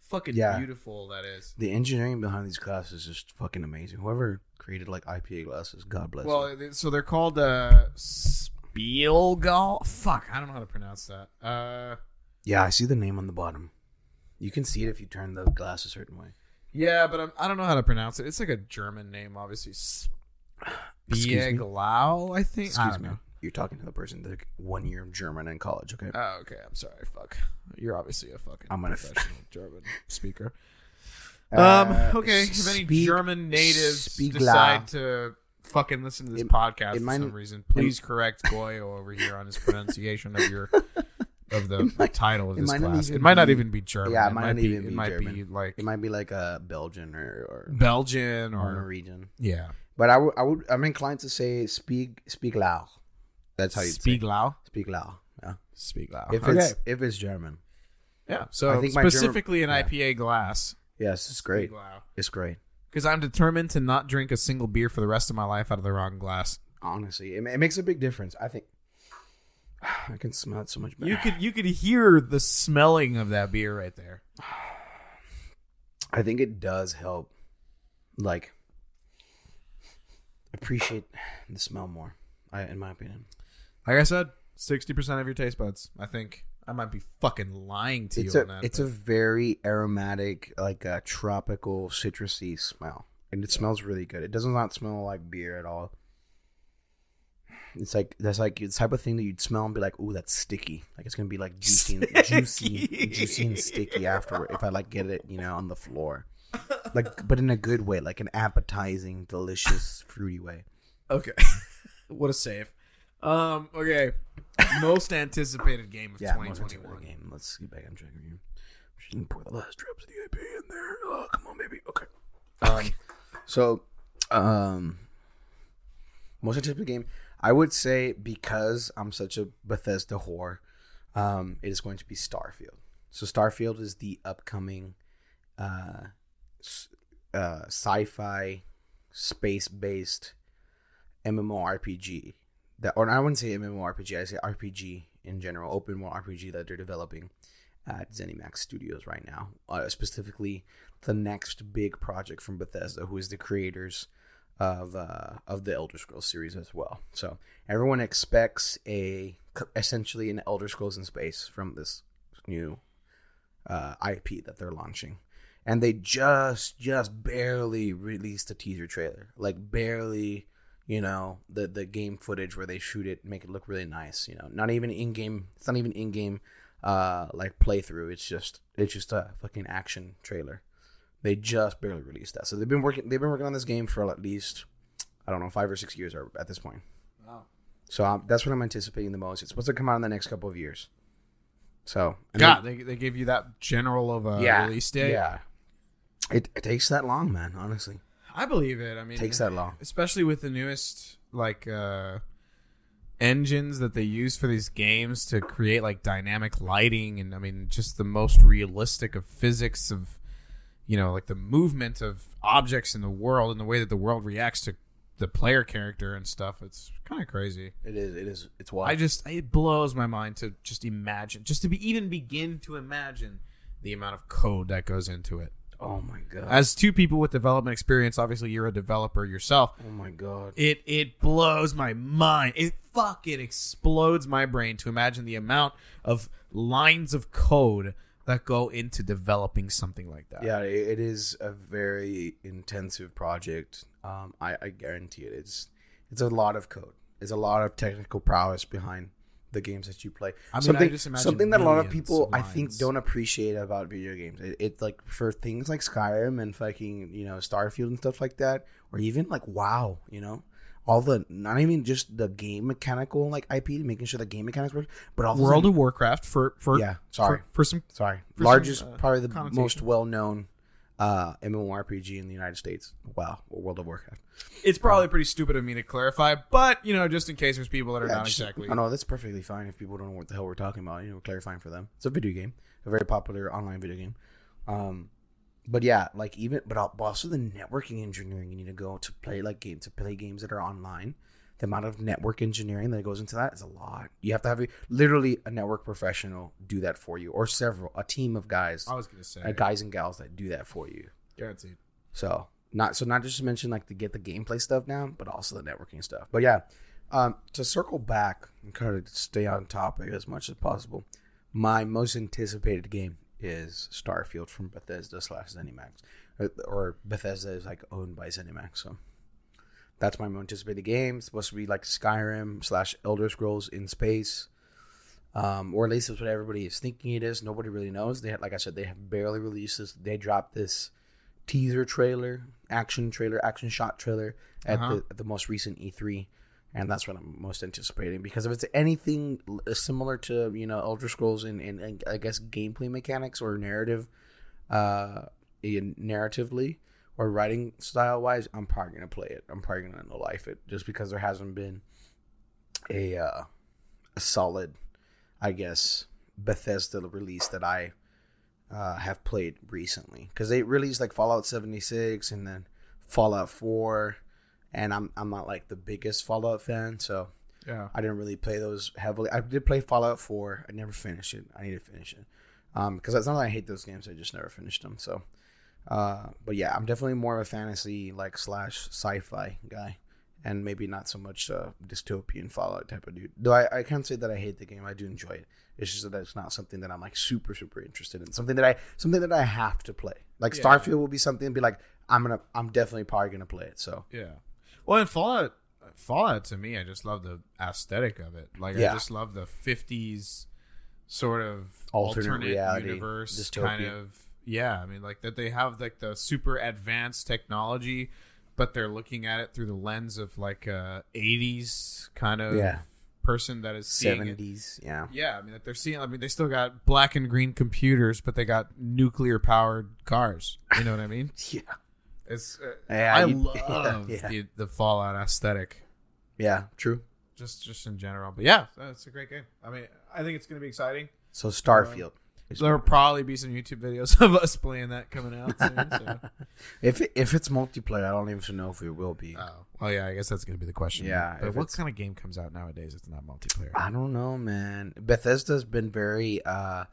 fucking uh, Yeah. beautiful that is. The engineering behind these glasses is fucking amazing. Whoever created like IPA glasses, God bless. Well, them. it- so they're called uh Spielgall. Fuck, I don't know how to pronounce that. Uh yeah, I see the name on the bottom. You can see it if you turn the glass a certain way. Yeah, but I'm, I don't know how to pronounce it. It's like a German name, obviously. Excuse me. Spieglau, I think. I Excuse don't me. know. You're talking to the person that took one year of German in college. Okay. Oh, okay. I'm sorry. Fuck. You're obviously a fucking I'm gonna- professional German speaker. Um. Uh, okay. If any speak- German natives Spieglau. decide to fucking listen to this It- podcast it for might- some reason, please correct Goyo over here on his pronunciation of your of the title of it this might not class. even It might not be- even be German. Yeah, it might not be, even it be might be German. like It might Mm-hmm. be like a Belgian or, or, Belgian or or Norwegian. yeah. But I would, I would, I'm inclined to say speak, speak loud. That's how you speak. Spieglau. Speak loud. Yeah. Spieglau. If okay. it's if it's German. Yeah. So I think my German- specifically an IPA glass. Yes, it's great. It's great. Because I'm determined to not drink a single beer for the rest of my life out of the wrong glass. Honestly, it, ma- it makes a big difference. I think I can smell it so much better. You could you could hear the smelling of that beer right there. I think it does help, like appreciate the smell more. I, in my opinion, Like I said, sixty percent of your taste buds. I think I might be fucking lying to it's you a on that. it's a very aromatic, like a tropical, citrusy smell, and it smells really good. It does not smell like beer at all. It's like that's like the type of thing that you'd smell and be like, "Ooh, that's sticky." Like it's gonna be like juicy, and, juicy, juicy and sticky afterward. If I like get it, you know, on the floor, like, but in a good way, like an appetizing, delicious, fruity way. okay. what a save. Um. Okay. Most anticipated game of Yeah, more than 2021. the game. Let's get back on track here. We shouldn't pour the last drops of the IP in there. Oh, come on, baby. Okay. Um, so, um, most anticipated game, I would say because I'm such a Bethesda whore, um, it is going to be Starfield. So Starfield is the upcoming, uh, s- uh, sci-fi, space-based MMORPG that, or I wouldn't say MMORPG, I say RPG in general, open world RPG that they're developing at ZeniMax Studios right now. Uh, specifically, the next big project from Bethesda, who is the creators of uh, of the Elder Scrolls series as well. So everyone expects a essentially an Elder Scrolls in space from this new uh, IP that they're launching. And they just just barely released a teaser trailer, like barely, you know, the the game footage where they shoot it, make it look really nice. You know, not even in game. It's not even in game, uh, like playthrough. It's just it's just a fucking action trailer. They just barely released that, so they've been working they've been working on this game for at least I don't know five or six years or- at this point. Wow. So um, that's what I'm anticipating the most. It's supposed to come out in the next couple of years. So and God, they, they gave you that general of a release date. yeah. It, it takes that long, man. Honestly, I believe it. I mean, it takes that long. especially with the newest like uh engines that they use for these games to create like dynamic lighting and i mean just the most realistic of physics of you know like the movement of objects in the world and the way that the world reacts to the player character and stuff it's kind of crazy It is. It is. It's wild. i just it blows my mind to just imagine just to be even begin to imagine the amount of code that goes into it Oh my god. As two people with development experience, obviously you're a developer yourself. Oh my god. It it blows my mind. It fucking explodes my brain to imagine the amount of lines of code that go into developing something like that. Yeah, i- it is a very intensive project. Um, I, I guarantee it. It's it's a lot of code. It's a lot of technical prowess behind the games that you play. I mean, I something just imagine something that a lot of millions people of I think lines. don't appreciate about video games. It, it like for things like Skyrim and fucking you know Starfield and stuff like that, or even like WoW. You know. All the not even just the game mechanical like IP, making sure the game mechanics work, but all the- World of Warcraft for for Yeah, sorry. for, for some Sorry. For Largest, some, uh, probably the connotation. most well known uh, MMORPG in the United States. Wow. World of Warcraft. it's probably pretty stupid of me to clarify, but you know, just in case there's people that are Yeah, not just- exactly Oh, no, that's perfectly fine if people don't know what the hell we're talking about. You know, we're clarifying for them. It's a video game, a very popular online video game. Um, but yeah, like even, but al- but also the networking engineering you need to go to play like game to play games that are online. The amount of network engineering that goes into that is a lot. You have to have a, literally a network professional do that for you, or several, a team of guys, I was gonna say uh, guys and gals that do that for you. guaranteed. So not so not just to mention like to get the gameplay stuff down, but also the networking stuff. But yeah, um, to circle back and kind of stay on topic as much as possible, my most anticipated game is Starfield from Bethesda slash ZeniMax, or, or Bethesda is like owned by ZeniMax. So that's my most anticipated game. It's supposed to be like Skyrim slash Elder Scrolls in space. Um, or at least that's what everybody is thinking it is. Nobody really knows. They, like I said, they have barely released this. They dropped this teaser trailer, action trailer, action shot trailer at, Uh-huh. the, at the most recent E3, and that's what I'm most anticipating because if it's anything l- uh, similar to you know Elder Scrolls in, in, in I guess gameplay mechanics or narrative, uh, in, narratively or writing style wise, I'm probably gonna play it. I'm probably gonna no life it just because there hasn't been a uh, a solid, I guess Bethesda release that I uh, have played recently because they released like Fallout 76 and then Fallout 4, and I'm I'm not like the biggest Fallout fan, so Yeah. I didn't really play those heavily. I did play Fallout 4. I never finished it. I need to finish it Um 'cause because it's not that I hate those games. I just never finished them. So, uh, but yeah, I'm definitely more of a fantasy like slash sci-fi guy, and maybe not so much uh, dystopian Fallout type of dude. Though I, I can't say that I hate the game. I do enjoy it. It's just that it's not something that I'm like super super interested in. Something that I something that I have to play. Like Starfield will be something. Be like I'm gonna I'm definitely probably gonna play it. So Yeah. Well, and Fallout, Fallout to me, I just love the aesthetic of it. Like Yeah. I just love the '50s sort of Alternate alternate, reality, universe kind dystopia. of. Yeah, I mean, like that they have like the super advanced technology, but they're looking at it through the lens of like a '80s kind of Yeah. person that is seeing it. 70s, yeah. Yeah, I mean, like they're seeing. I mean, they still got black and green computers, but they got nuclear powered cars. You know what I mean? Yeah. It's uh, Yeah, I you- love yeah. The, the Fallout aesthetic, Yeah, true. just just in general. But yeah, it's a great game. I mean, I think it's going to be exciting. So Starfield. It's- There will probably be some YouTube videos of us playing that coming out soon. So. if it, if it's multiplayer, I don't even know if it will be. oh, well, yeah, I guess that's going to be the question. Yeah, but if what it's- kind of game comes out nowadays? It's not multiplayer. I don't know, man. Bethesda's been very uh,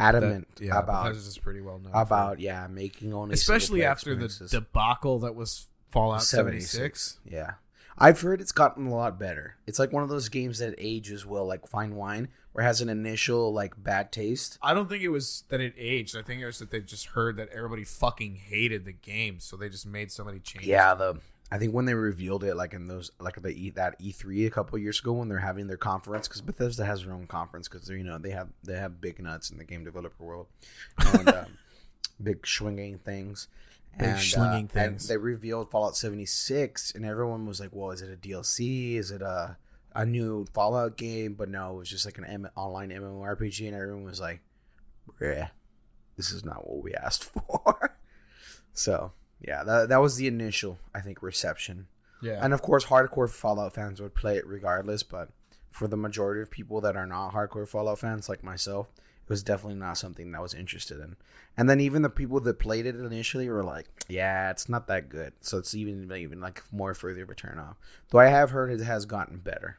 adamant That- yeah, about Bethesda's is pretty well known for- about yeah making only especially single-player after the experiences. debacle that was Fallout seventy 76. six. yeah. I've heard it's gotten a lot better. It's like one of those games that ages well, like fine wine, where it has an initial like bad taste. I don't think it was that it aged. I think it was that they just heard that everybody fucking hated the game, so they just made so many changes. Yeah, the I think when they revealed it, like in those, like the e, that E three a couple years ago when they're having their conference, because Bethesda has their own conference, because you know they have they have big nuts in the game developer world, and um, big swinging things, Big and, uh, swinging and things. they revealed Fallout seventy six, and everyone was like, "Well, is it a DLC? Is it a a new Fallout game?" But no, it was just like an M- online MMORPG, and everyone was like, "Bruh, this is not what we asked for." so yeah, that, that was the initial, I think, reception. yeah. And of course, hardcore Fallout fans would play it regardless, but for the majority of people that are not hardcore Fallout fans, like myself, it was definitely not something that I was interested in. And then even the people that played it initially were like, yeah, it's not that good. So it's even, even like more further of a turn off. Though I have heard it has gotten better.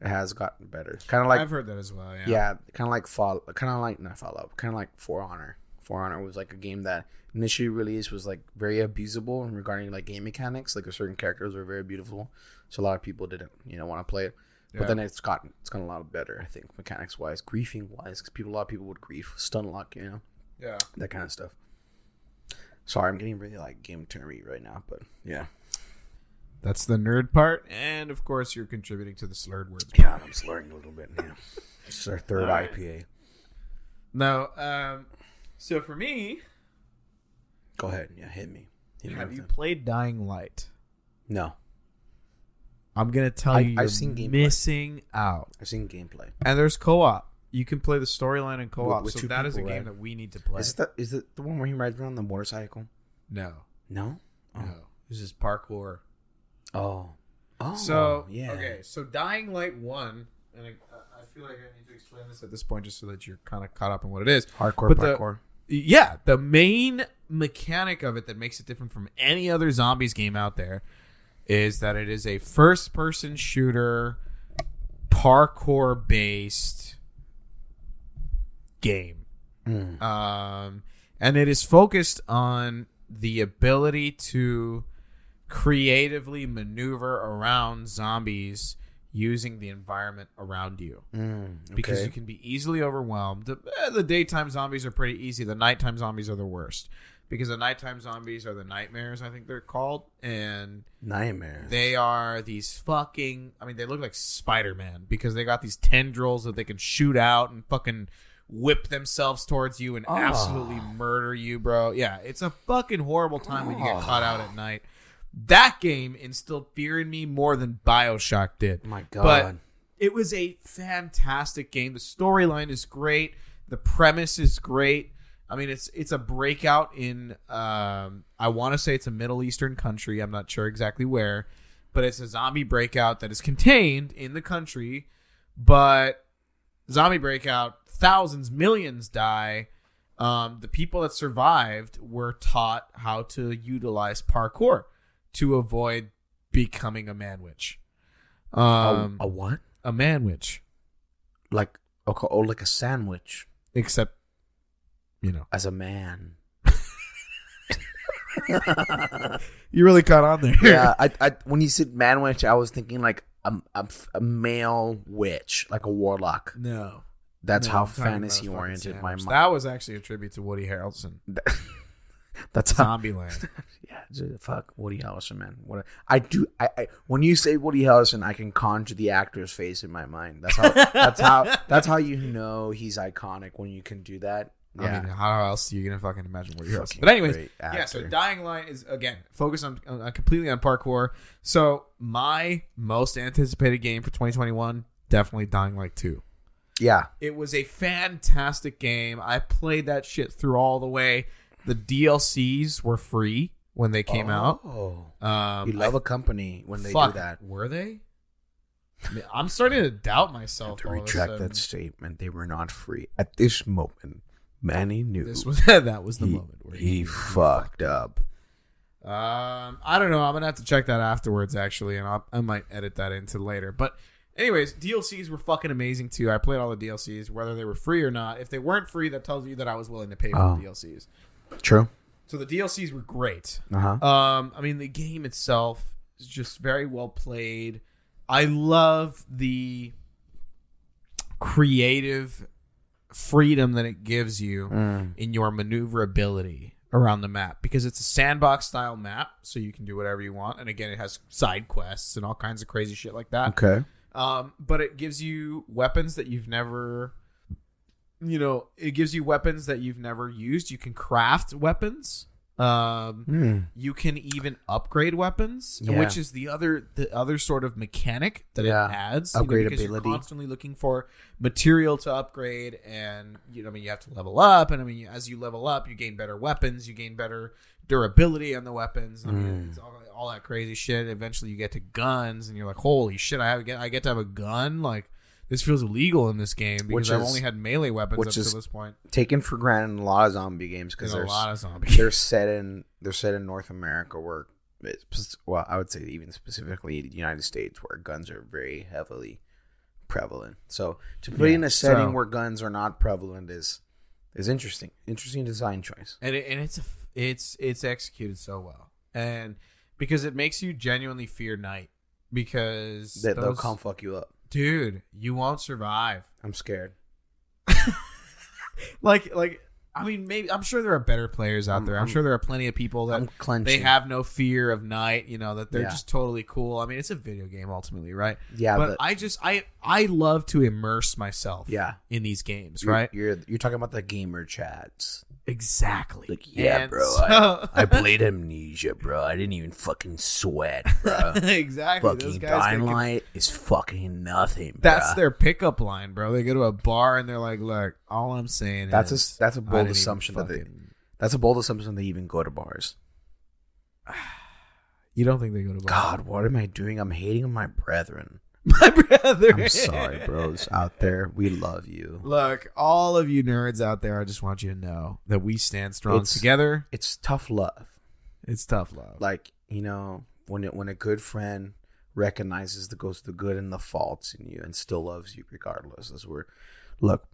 It has gotten better. Kind of like, I've heard that as well. Yeah. yeah, kind of like Fall, kind of like, not Fallout, kind of like For Honor. For Honor was like a game that initially released was like very abusable in regarding like game mechanics. Like certain characters were very beautiful, so a lot of people didn't you know want to play it. But then it's gotten it's gotten a lot better, I think, mechanics wise, griefing wise, because people a lot of people would grief, stun lock, you know, Yeah. that kind of stuff. Sorry, I'm getting really like game termy right now, but yeah, That's the nerd part, and of course, you're contributing to the slurred words. yeah, I'm slurring a little bit. Yeah, this is our third IPA. No. Um. So for me, Go ahead, yeah, hit me. Hit me have with you it. played Dying Light? No, I'm gonna tell I- you, I've you're seen gameplay. missing out. I've seen gameplay. And there's co-op. You can play the storyline in co-op. With- with so two that is a people, game right? that we need to play. Is it the is it the one where he rides around on the motorcycle? no, No. no. This is parkour. Oh. Oh. So yeah. okay, so Dying Light One, and I, I feel like I need to explain this at this point just so that you're kind of caught up in what it is. Hardcore But the- parkour. Yeah, the main mechanic of it that makes it different from any other zombies game out there is that it is a first-person shooter, parkour-based game. Mm. um, and it is focused on the ability to creatively maneuver around zombies using the environment around you Mm, because okay. you can be easily overwhelmed the, eh, the daytime zombies are pretty easy the nighttime zombies are the worst because the nighttime zombies are the nightmares i think they're called and nightmare. they are these fucking. I mean, they look like Spider Man because they got these tendrils that they can shoot out and fucking whip themselves towards you and absolutely murder you, bro. Yeah, it's a fucking horrible time when you get caught out at night. That game instilled fear in me more than Bioshock did. My But God. it was a fantastic game. The storyline is great. The premise is great. I mean, it's it's a breakout in um, I want to say it's a Middle Eastern country. I'm not sure exactly where, but it's a zombie breakout that is contained in the country. But zombie breakout, thousands, millions die. Um, the people that survived were taught how to utilize parkour to avoid becoming a man witch. Um, a, a what? a man witch, Like okay, oh, like a sandwich except you know as a man. you really caught on there. yeah, I, I when you said man witch, I was thinking like a, a, a male witch, like a warlock. No, That's No, how I'm talking about a fantasy fucking oriented my sandwich. mind. That was actually a tribute to Woody Harrelson, That's how Zombieland. Yeah, dude, fuck Woody Harrelson, man. What a- I do, I, I when you say Woody Harrelson, I can conjure the actor's face in my mind. That's how. that's how. That's how you know he's iconic when you can do that. I mean, Yeah, how else are you gonna fucking imagine Woody Harrelson? Fucking But anyways, great yeah. So actor. Dying Light is again focused on uh, completely on parkour. So my most anticipated game for 2021 definitely Dying Light two. yeah. It was a fantastic game. I played that shit through all the way. The DLCs were free when they came out. Oh, Um, you I love a company when they Fuck, do that. Were they? I mean, I'm starting to doubt I have myself. to all of a retract sudden. that statement. They were not free at this moment. Manny knew This was that was the he, moment where he, fucked up. Um, I don't know. I'm gonna have to check that afterwards, actually, and I'll, I might edit that into later. But, anyways, DLCs were fucking amazing too. I played all the DLCs, whether they were free or not. If they weren't free, that tells you that I was willing to pay for Oh. the DLCs. True. So the DLCs were great. Uh huh. Um, I mean, the game itself is just very well played. I love the creative freedom that it gives you Mm. in your maneuverability around the map because it's a sandbox style map, so you can do whatever you want. And again, it has side quests and all kinds of crazy shit like that. Okay. Um, but it gives you weapons that you've never, you know, it gives you weapons that you've never used. You can craft weapons. Um, Hmm. you can even upgrade weapons, Yeah. which is the other the other sort of mechanic that Yeah. it adds. you know, because You're Upgradability. constantly looking for material to upgrade, and you know, I mean, you have to level up, and I mean, as you level up, you gain better weapons, you gain better durability on the weapons. I Mm. mean, it's all, all that crazy shit. Eventually, you get to guns, and you're like, holy shit, I have, I get to have a gun. Like this feels illegal in this game because Which I've is- only had melee weapons which up is- to this point. Taken for granted in a lot of zombie games because There's a there's lot of zombies. they're set in they're set in North America where it's pers- well I would say even specifically the United States where guns are very heavily prevalent. So to put in a setting so- where guns are not prevalent is It's interesting. Interesting design choice. and it, and it's a f- it's it's executed so well, and because it makes you genuinely fear night because That they'll those- come fuck you up. dude, you won't survive. I'm scared. Like like I mean, maybe I'm sure there are better players out I'm- there. I'm, I'm- sure there are plenty of people that I'm clenching. they have no fear of night. You know that they're Yeah. just totally cool. I mean, it's a video game ultimately, right? yeah, but but I just I I love to immerse myself. Yeah. in these games, you're, right? You're you're talking about the gamer chats. Exactly. Like, yeah, And bro, so- I played Amnesia, bro. I didn't even fucking sweat, bro. exactly. Those uh, fucking guys Dying think- Light is fucking nothing. That's bruh. their pickup line, bro. They go to a bar and they're like, "Look, all I'm saying That's a- is that's I a bold didn't even assumption that they- fucking- that's a bold assumption. They even go to bars. you don't think they go to God, what am I doing? I'm hating on my brethren. my brother. I'm sorry, bros out there. We love you. Look, all of you nerds out there, I just want you to know that we stand strong It's- together. It's tough love. It's tough love. Like you know, when it, when a good friend recognizes the goes the good and the faults in you, and still loves you regardless. That's where, look,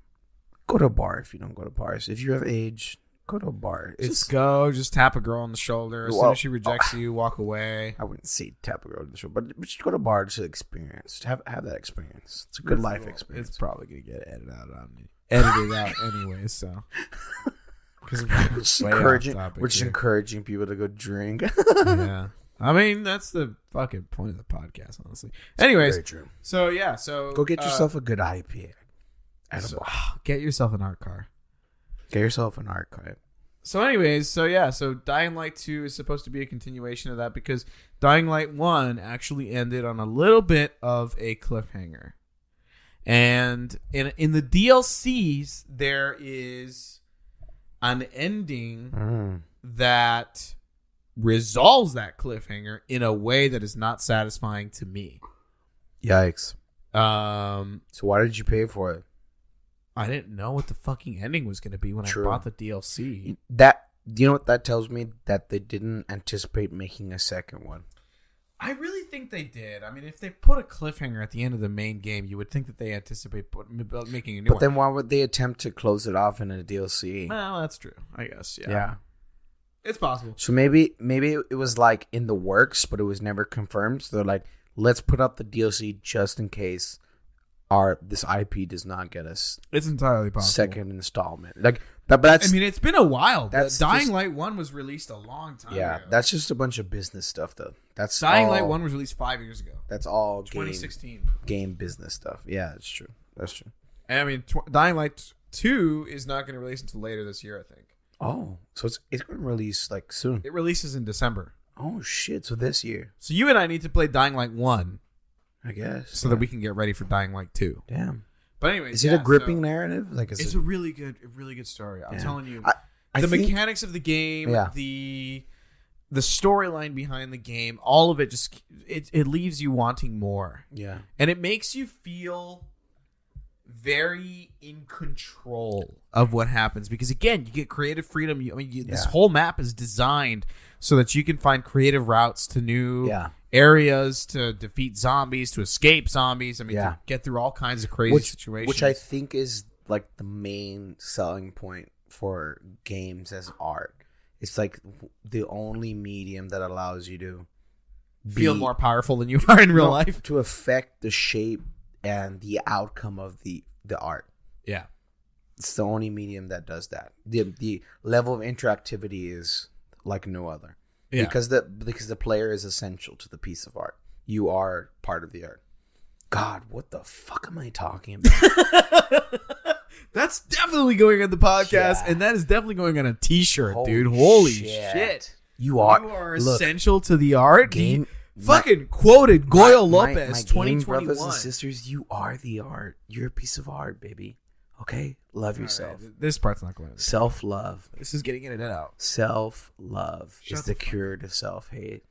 go to a bar if you don't go to bars. If you're of age, go to a bar. It's just go, just tap a girl on the shoulder. As soon Well- ah. as she rejects you, walk away. I wouldn't say tap a girl to the show, but, but just go to a bar to experience. To have have that experience. It's a good life experience. It's probably gonna get edited out on edited out anyway. So, because We're just encouraging. We're just encouraging people to go drink. yeah. I mean, that's the fucking point of the podcast, honestly. Anyways, Very true. so yeah, so Go get uh, yourself a good IPA. Edible. so- get yourself an art car. get yourself an archive. So, anyways, so yeah, so Dying Light Two is supposed to be a continuation of that because Dying Light One actually ended on a little bit of a cliffhanger, and in in the DLCs there is an ending Mm. that resolves that cliffhanger in a way that is not satisfying to me. Yikes! Um, So why did you pay for it? I didn't know what the fucking ending was going to be when True. I bought the DLC. That you know what that tells me that they didn't anticipate making a second one. I really think they did. I mean, if they put a cliffhanger at the end of the main game, you would think that they anticipate put, m- bu- making a new But one. then why would they attempt to close it off in a DLC? well, that's true. I guess. Yeah. yeah. It's possible. So maybe maybe it was like in the works, but it was never confirmed. So they're like, let's put out the DLC just in case our this IP does not get us It's entirely possible. second installment. Like that, but that's I mean, it's been a while. That's The Dying just- Light One was released a long time. yeah, ago. that's just a bunch of business stuff though. That's Dying all, Light One was released five years ago, That's all game 2016. game business stuff. Yeah, that's true. That's true. And I mean, tw- Dying Light Two is not going to release until later this year. I think Oh, so it's it's going to release like soon. it releases in December. Oh shit! So this year, So you and I need to play Dying Light One I guess. so that we can get ready for Dying Light Two. damn. But anyway, Is it a gripping narrative? Like is it's it? a really good, a really good story. I'm Yeah. telling you, I- I the think- mechanics of the game, Yeah. the the storyline behind the game, all of it just it it leaves you wanting more, yeah. and it makes you feel very in control of what happens because again, you get creative freedom. You, I mean, you, this Yeah. whole map is designed so that you can find creative routes to new Yeah. areas to defeat zombies, to escape zombies. I mean, Yeah. to get through all kinds of crazy which, situations. Which I think is like the main selling point for games as art. It's like w- the only medium that allows you to feel be- more powerful than you are in real no, life. to affect the shape and the outcome of the the art. Yeah. It's the only medium that does that. the The level of interactivity is like no other. Yeah. Because the because the player is essential to the piece of art. You are part of the art. God, what the fuck am I talking about? That's definitely going on the podcast, Yeah. and that is definitely going on a T-shirt, Holy dude. Holy shit! shit. You are, You are look, essential to the art. game. He fucking quoted Goyle my- my- Lopez, my game twenty twenty brothers and one. sisters, you are the art. You're a piece of art, baby. Okay, love yourself. This part's not going. to Self love. This is getting in and out. Self love Shut is the the cure to self hate.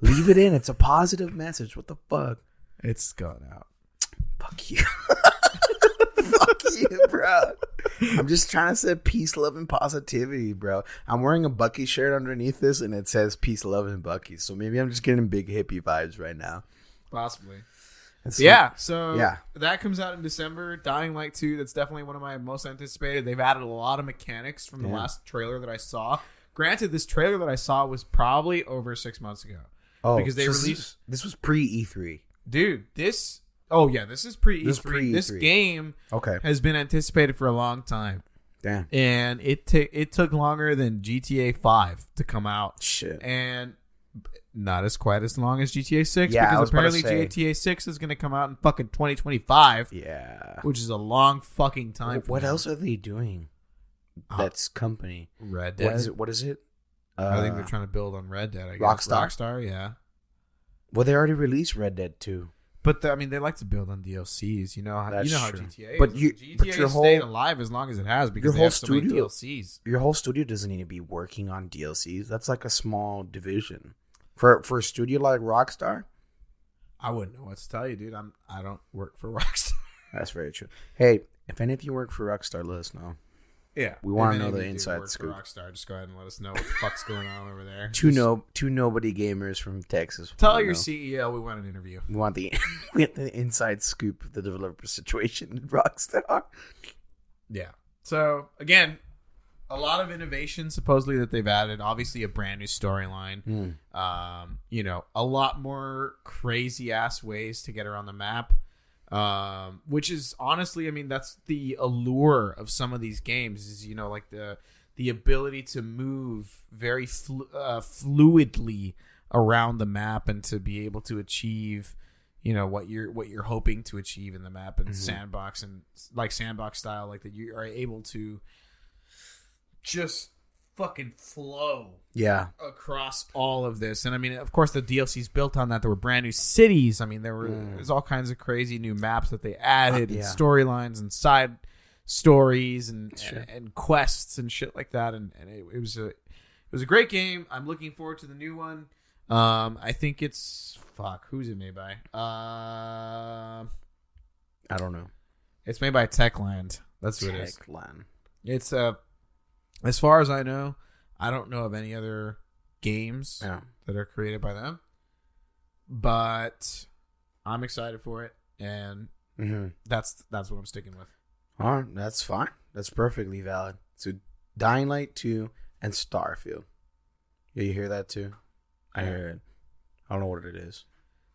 Leave it in. It's a positive message. What the fuck? It's going out. Fuck you. fuck you, bro. I'm just trying to say peace, love, and positivity, bro. I'm wearing a Bucky shirt underneath this, and it says peace, love, and Bucky. So maybe I'm just getting big hippie vibes right now. Possibly. That's yeah, so Yeah. that comes out in December. Dying Light 2, that's definitely one of my most anticipated. They've added a lot of mechanics from the Yeah. last trailer that I saw. Granted, this trailer that I saw was probably over six months ago. Oh, because they so this released- is- this was pre E E3. Dude, this. Oh, yeah, this is pre E3. This This, is E pre-E3. game Okay, has been anticipated for a long time. damn And it, ta- it took longer than GTA 5 to come out. shit. and b- not as quite as long as GTA 6 Yeah, I because was about to apparently say. GTA 6 is going to come out in fucking 2025, Yeah. which is a long fucking time. What, for what them. else are they doing? Uh, That's company. Red Dead. What is it? What is it? Uh, I think they're trying to build on Red Dead. I guess. Rockstar? Rockstar, yeah. well, they already released Red Dead 2. But the, I mean, they like to build on DLCs. You know, how That's you know how true. GTA. But is. you- GTA but your stayed whole- alive as long as it has because your they whole have so many studio- DLCs. Your whole studio doesn't need to be working on DLCs. That's like a small division. For for a studio like Rockstar, I wouldn't know what to tell you, dude. I'm I don't work for Rockstar. that's very true. Hey, if any of you work for Rockstar, let us know. yeah, We wanna If any know of the you do inside work for scoop. Rockstar, just go ahead and let us know what the fuck's going on over there. Two Just no two nobody gamers from Texas. Tell wanna your know. CEO we want an interview. We want the we want the inside scoop of the developer situation in Rockstar. Yeah. So again, a lot of innovation supposedly that they've added. Obviously, a brand new storyline. Um, you know, a lot more crazy ass ways to get around the map. Um, which is honestly, I mean, that's the allure of some of these games. Is you know, like the the ability to move very flu- uh, fluidly around the map and to be able to achieve you know what you're what you're hoping to achieve in the map and sandbox and like sandbox style like that you are able to just fucking flow Yeah. across all of this and i mean of course the dlc's built on that there were brand new cities i mean there were there's all kinds of crazy new maps that they added Uh, and yeah. storylines and side stories and, and and quests and shit like that and, and it, it was a it was a great game i'm looking forward to the new one um i think it's fuck who's it made by um I don't know. it's made by techland that's who it is Techland. it's uh as far as i know i don't know of any other games Yeah. that are created by them. But I'm excited for it, and Mm-hmm. that's that's what I'm sticking with. All right, that's fine. That's perfectly valid. So, Dying Light 2 and Starfield. Yeah, you hear that too? I hear it. I don't know what it is.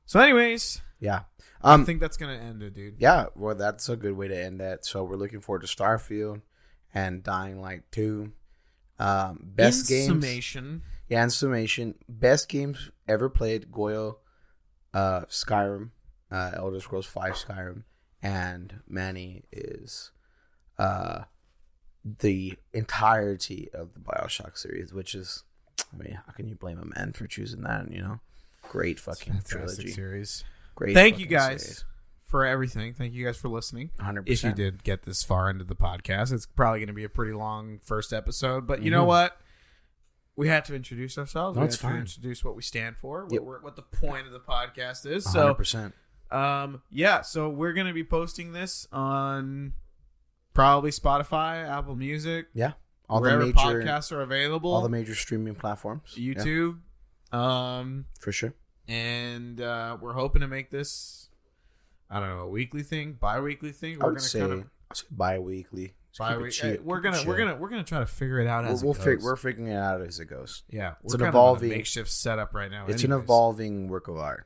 So, anyways, Yeah. I Um. think that's gonna end it, dude. Yeah. Well, that's a good way to end that. So we're looking forward to Starfield and Dying Light 2. Um. Best In games. summation, Yeah. In summation, best games ever played: Goyo, uh, Skyrim, uh, Elder Scrolls Five, Skyrim, and Manny is, uh, the entirety of the Bioshock series, which is, I mean, how can you blame a man for choosing that? You know, great fucking fantastic trilogy. series. Great. Thank you fucking guys series. for everything. Thank you guys for listening. 100%. If you did get this far into the podcast, it's probably gonna be a pretty long first episode. But you know what? We had to introduce ourselves. Mm-hmm. No, we it's had to fine. introduce what we stand for, what, Yep. we're, what the point of the podcast is. So 100%. Um, yeah, so we're gonna be posting this on probably Spotify, Apple Music, Yeah. All the wherever major podcasts are available, all the major streaming platforms. Yeah, YouTube. Um, for sure. and uh, we're hoping to make this, I don't know, a weekly thing, bi-weekly thing. I We're would gonna say, kind of I'd say bi-weekly. Just keep it bi-week. eh, chill- keep we're it gonna we're chill. gonna we're gonna try to figure it out we'll, as we'll it fig- goes. we're figuring it out as it goes. yeah, it's we're kind of an on a evolving- makeshift setup right now. It's an Oh, anyways. evolving work of art.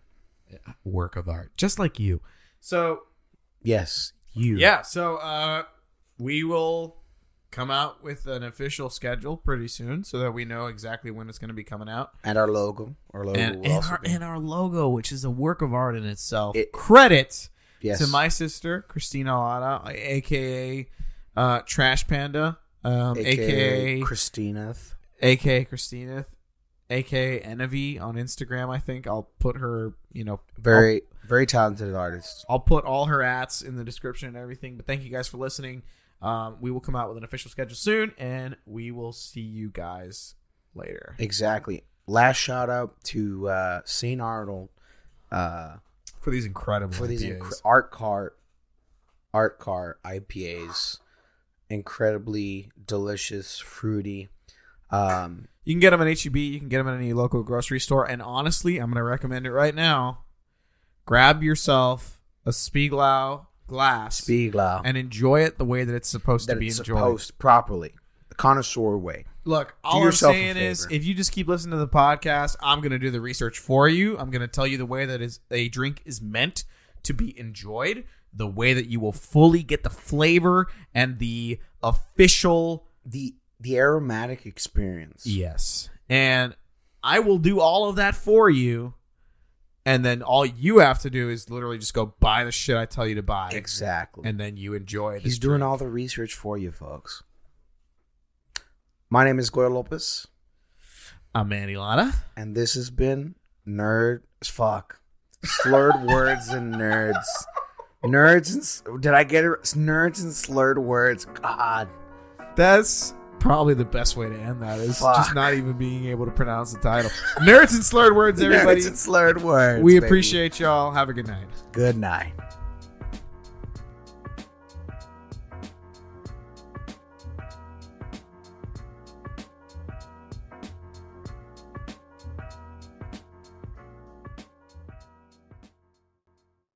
work of art, just like you. So Yes, you. yeah so uh we will come out with an official schedule pretty soon so that we know exactly when it's going to be coming out And our logo. Our logo and, will and, Oh, also our, be- and our logo, which is a work of art in itself. It- credit yes. to my sister christina alada aka uh trash panda um aka AKA, aka, Christina. christina aka Enavi on instagram i think i'll put her you know Very, Oh. very talented artist. I'll put all her ats in the description and everything. But thank you guys for listening. Um, we will come out with an official schedule soon, and we will see you guys later. Exactly. Last shout out to uh, St. Arnold uh, For these incredible for these IPAs. incre- art car, art car IPAs. Incredibly delicious, fruity. Um, you can get them at HEB. You can get them at any local grocery store. And honestly, I'm going to recommend it right now. Grab yourself a Spiegelau glass Spiegel. and enjoy it the way that it's supposed that to be it's enjoyed. supposed properly, the connoisseur way. Look, all I'm yourself a saying is, favor. if you just keep listening to the podcast, I'm going to do the research for you. I'm going to tell you the way that is a drink is meant to be enjoyed, the way that you will fully get the flavor and the official The the aromatic experience. yes. And I will do all of that for you. And then all you have to do is literally just go buy the shit I tell you to buy, Exactly. and then you enjoy. This He's doing drink. all the research for you, folks. My name is Goyle Lopez, I'm Manny Lana. and this has been Nerd as Fuck. Slurred words and nerds. Nerds and s- did I get it? Nerds and slurred words. God, That's probably the best way to end that is just Fuck. not even being able to pronounce the title. Nerds and slurred words, everybody. nerds and slurred words. we baby. appreciate y'all. Have a good night. Good night.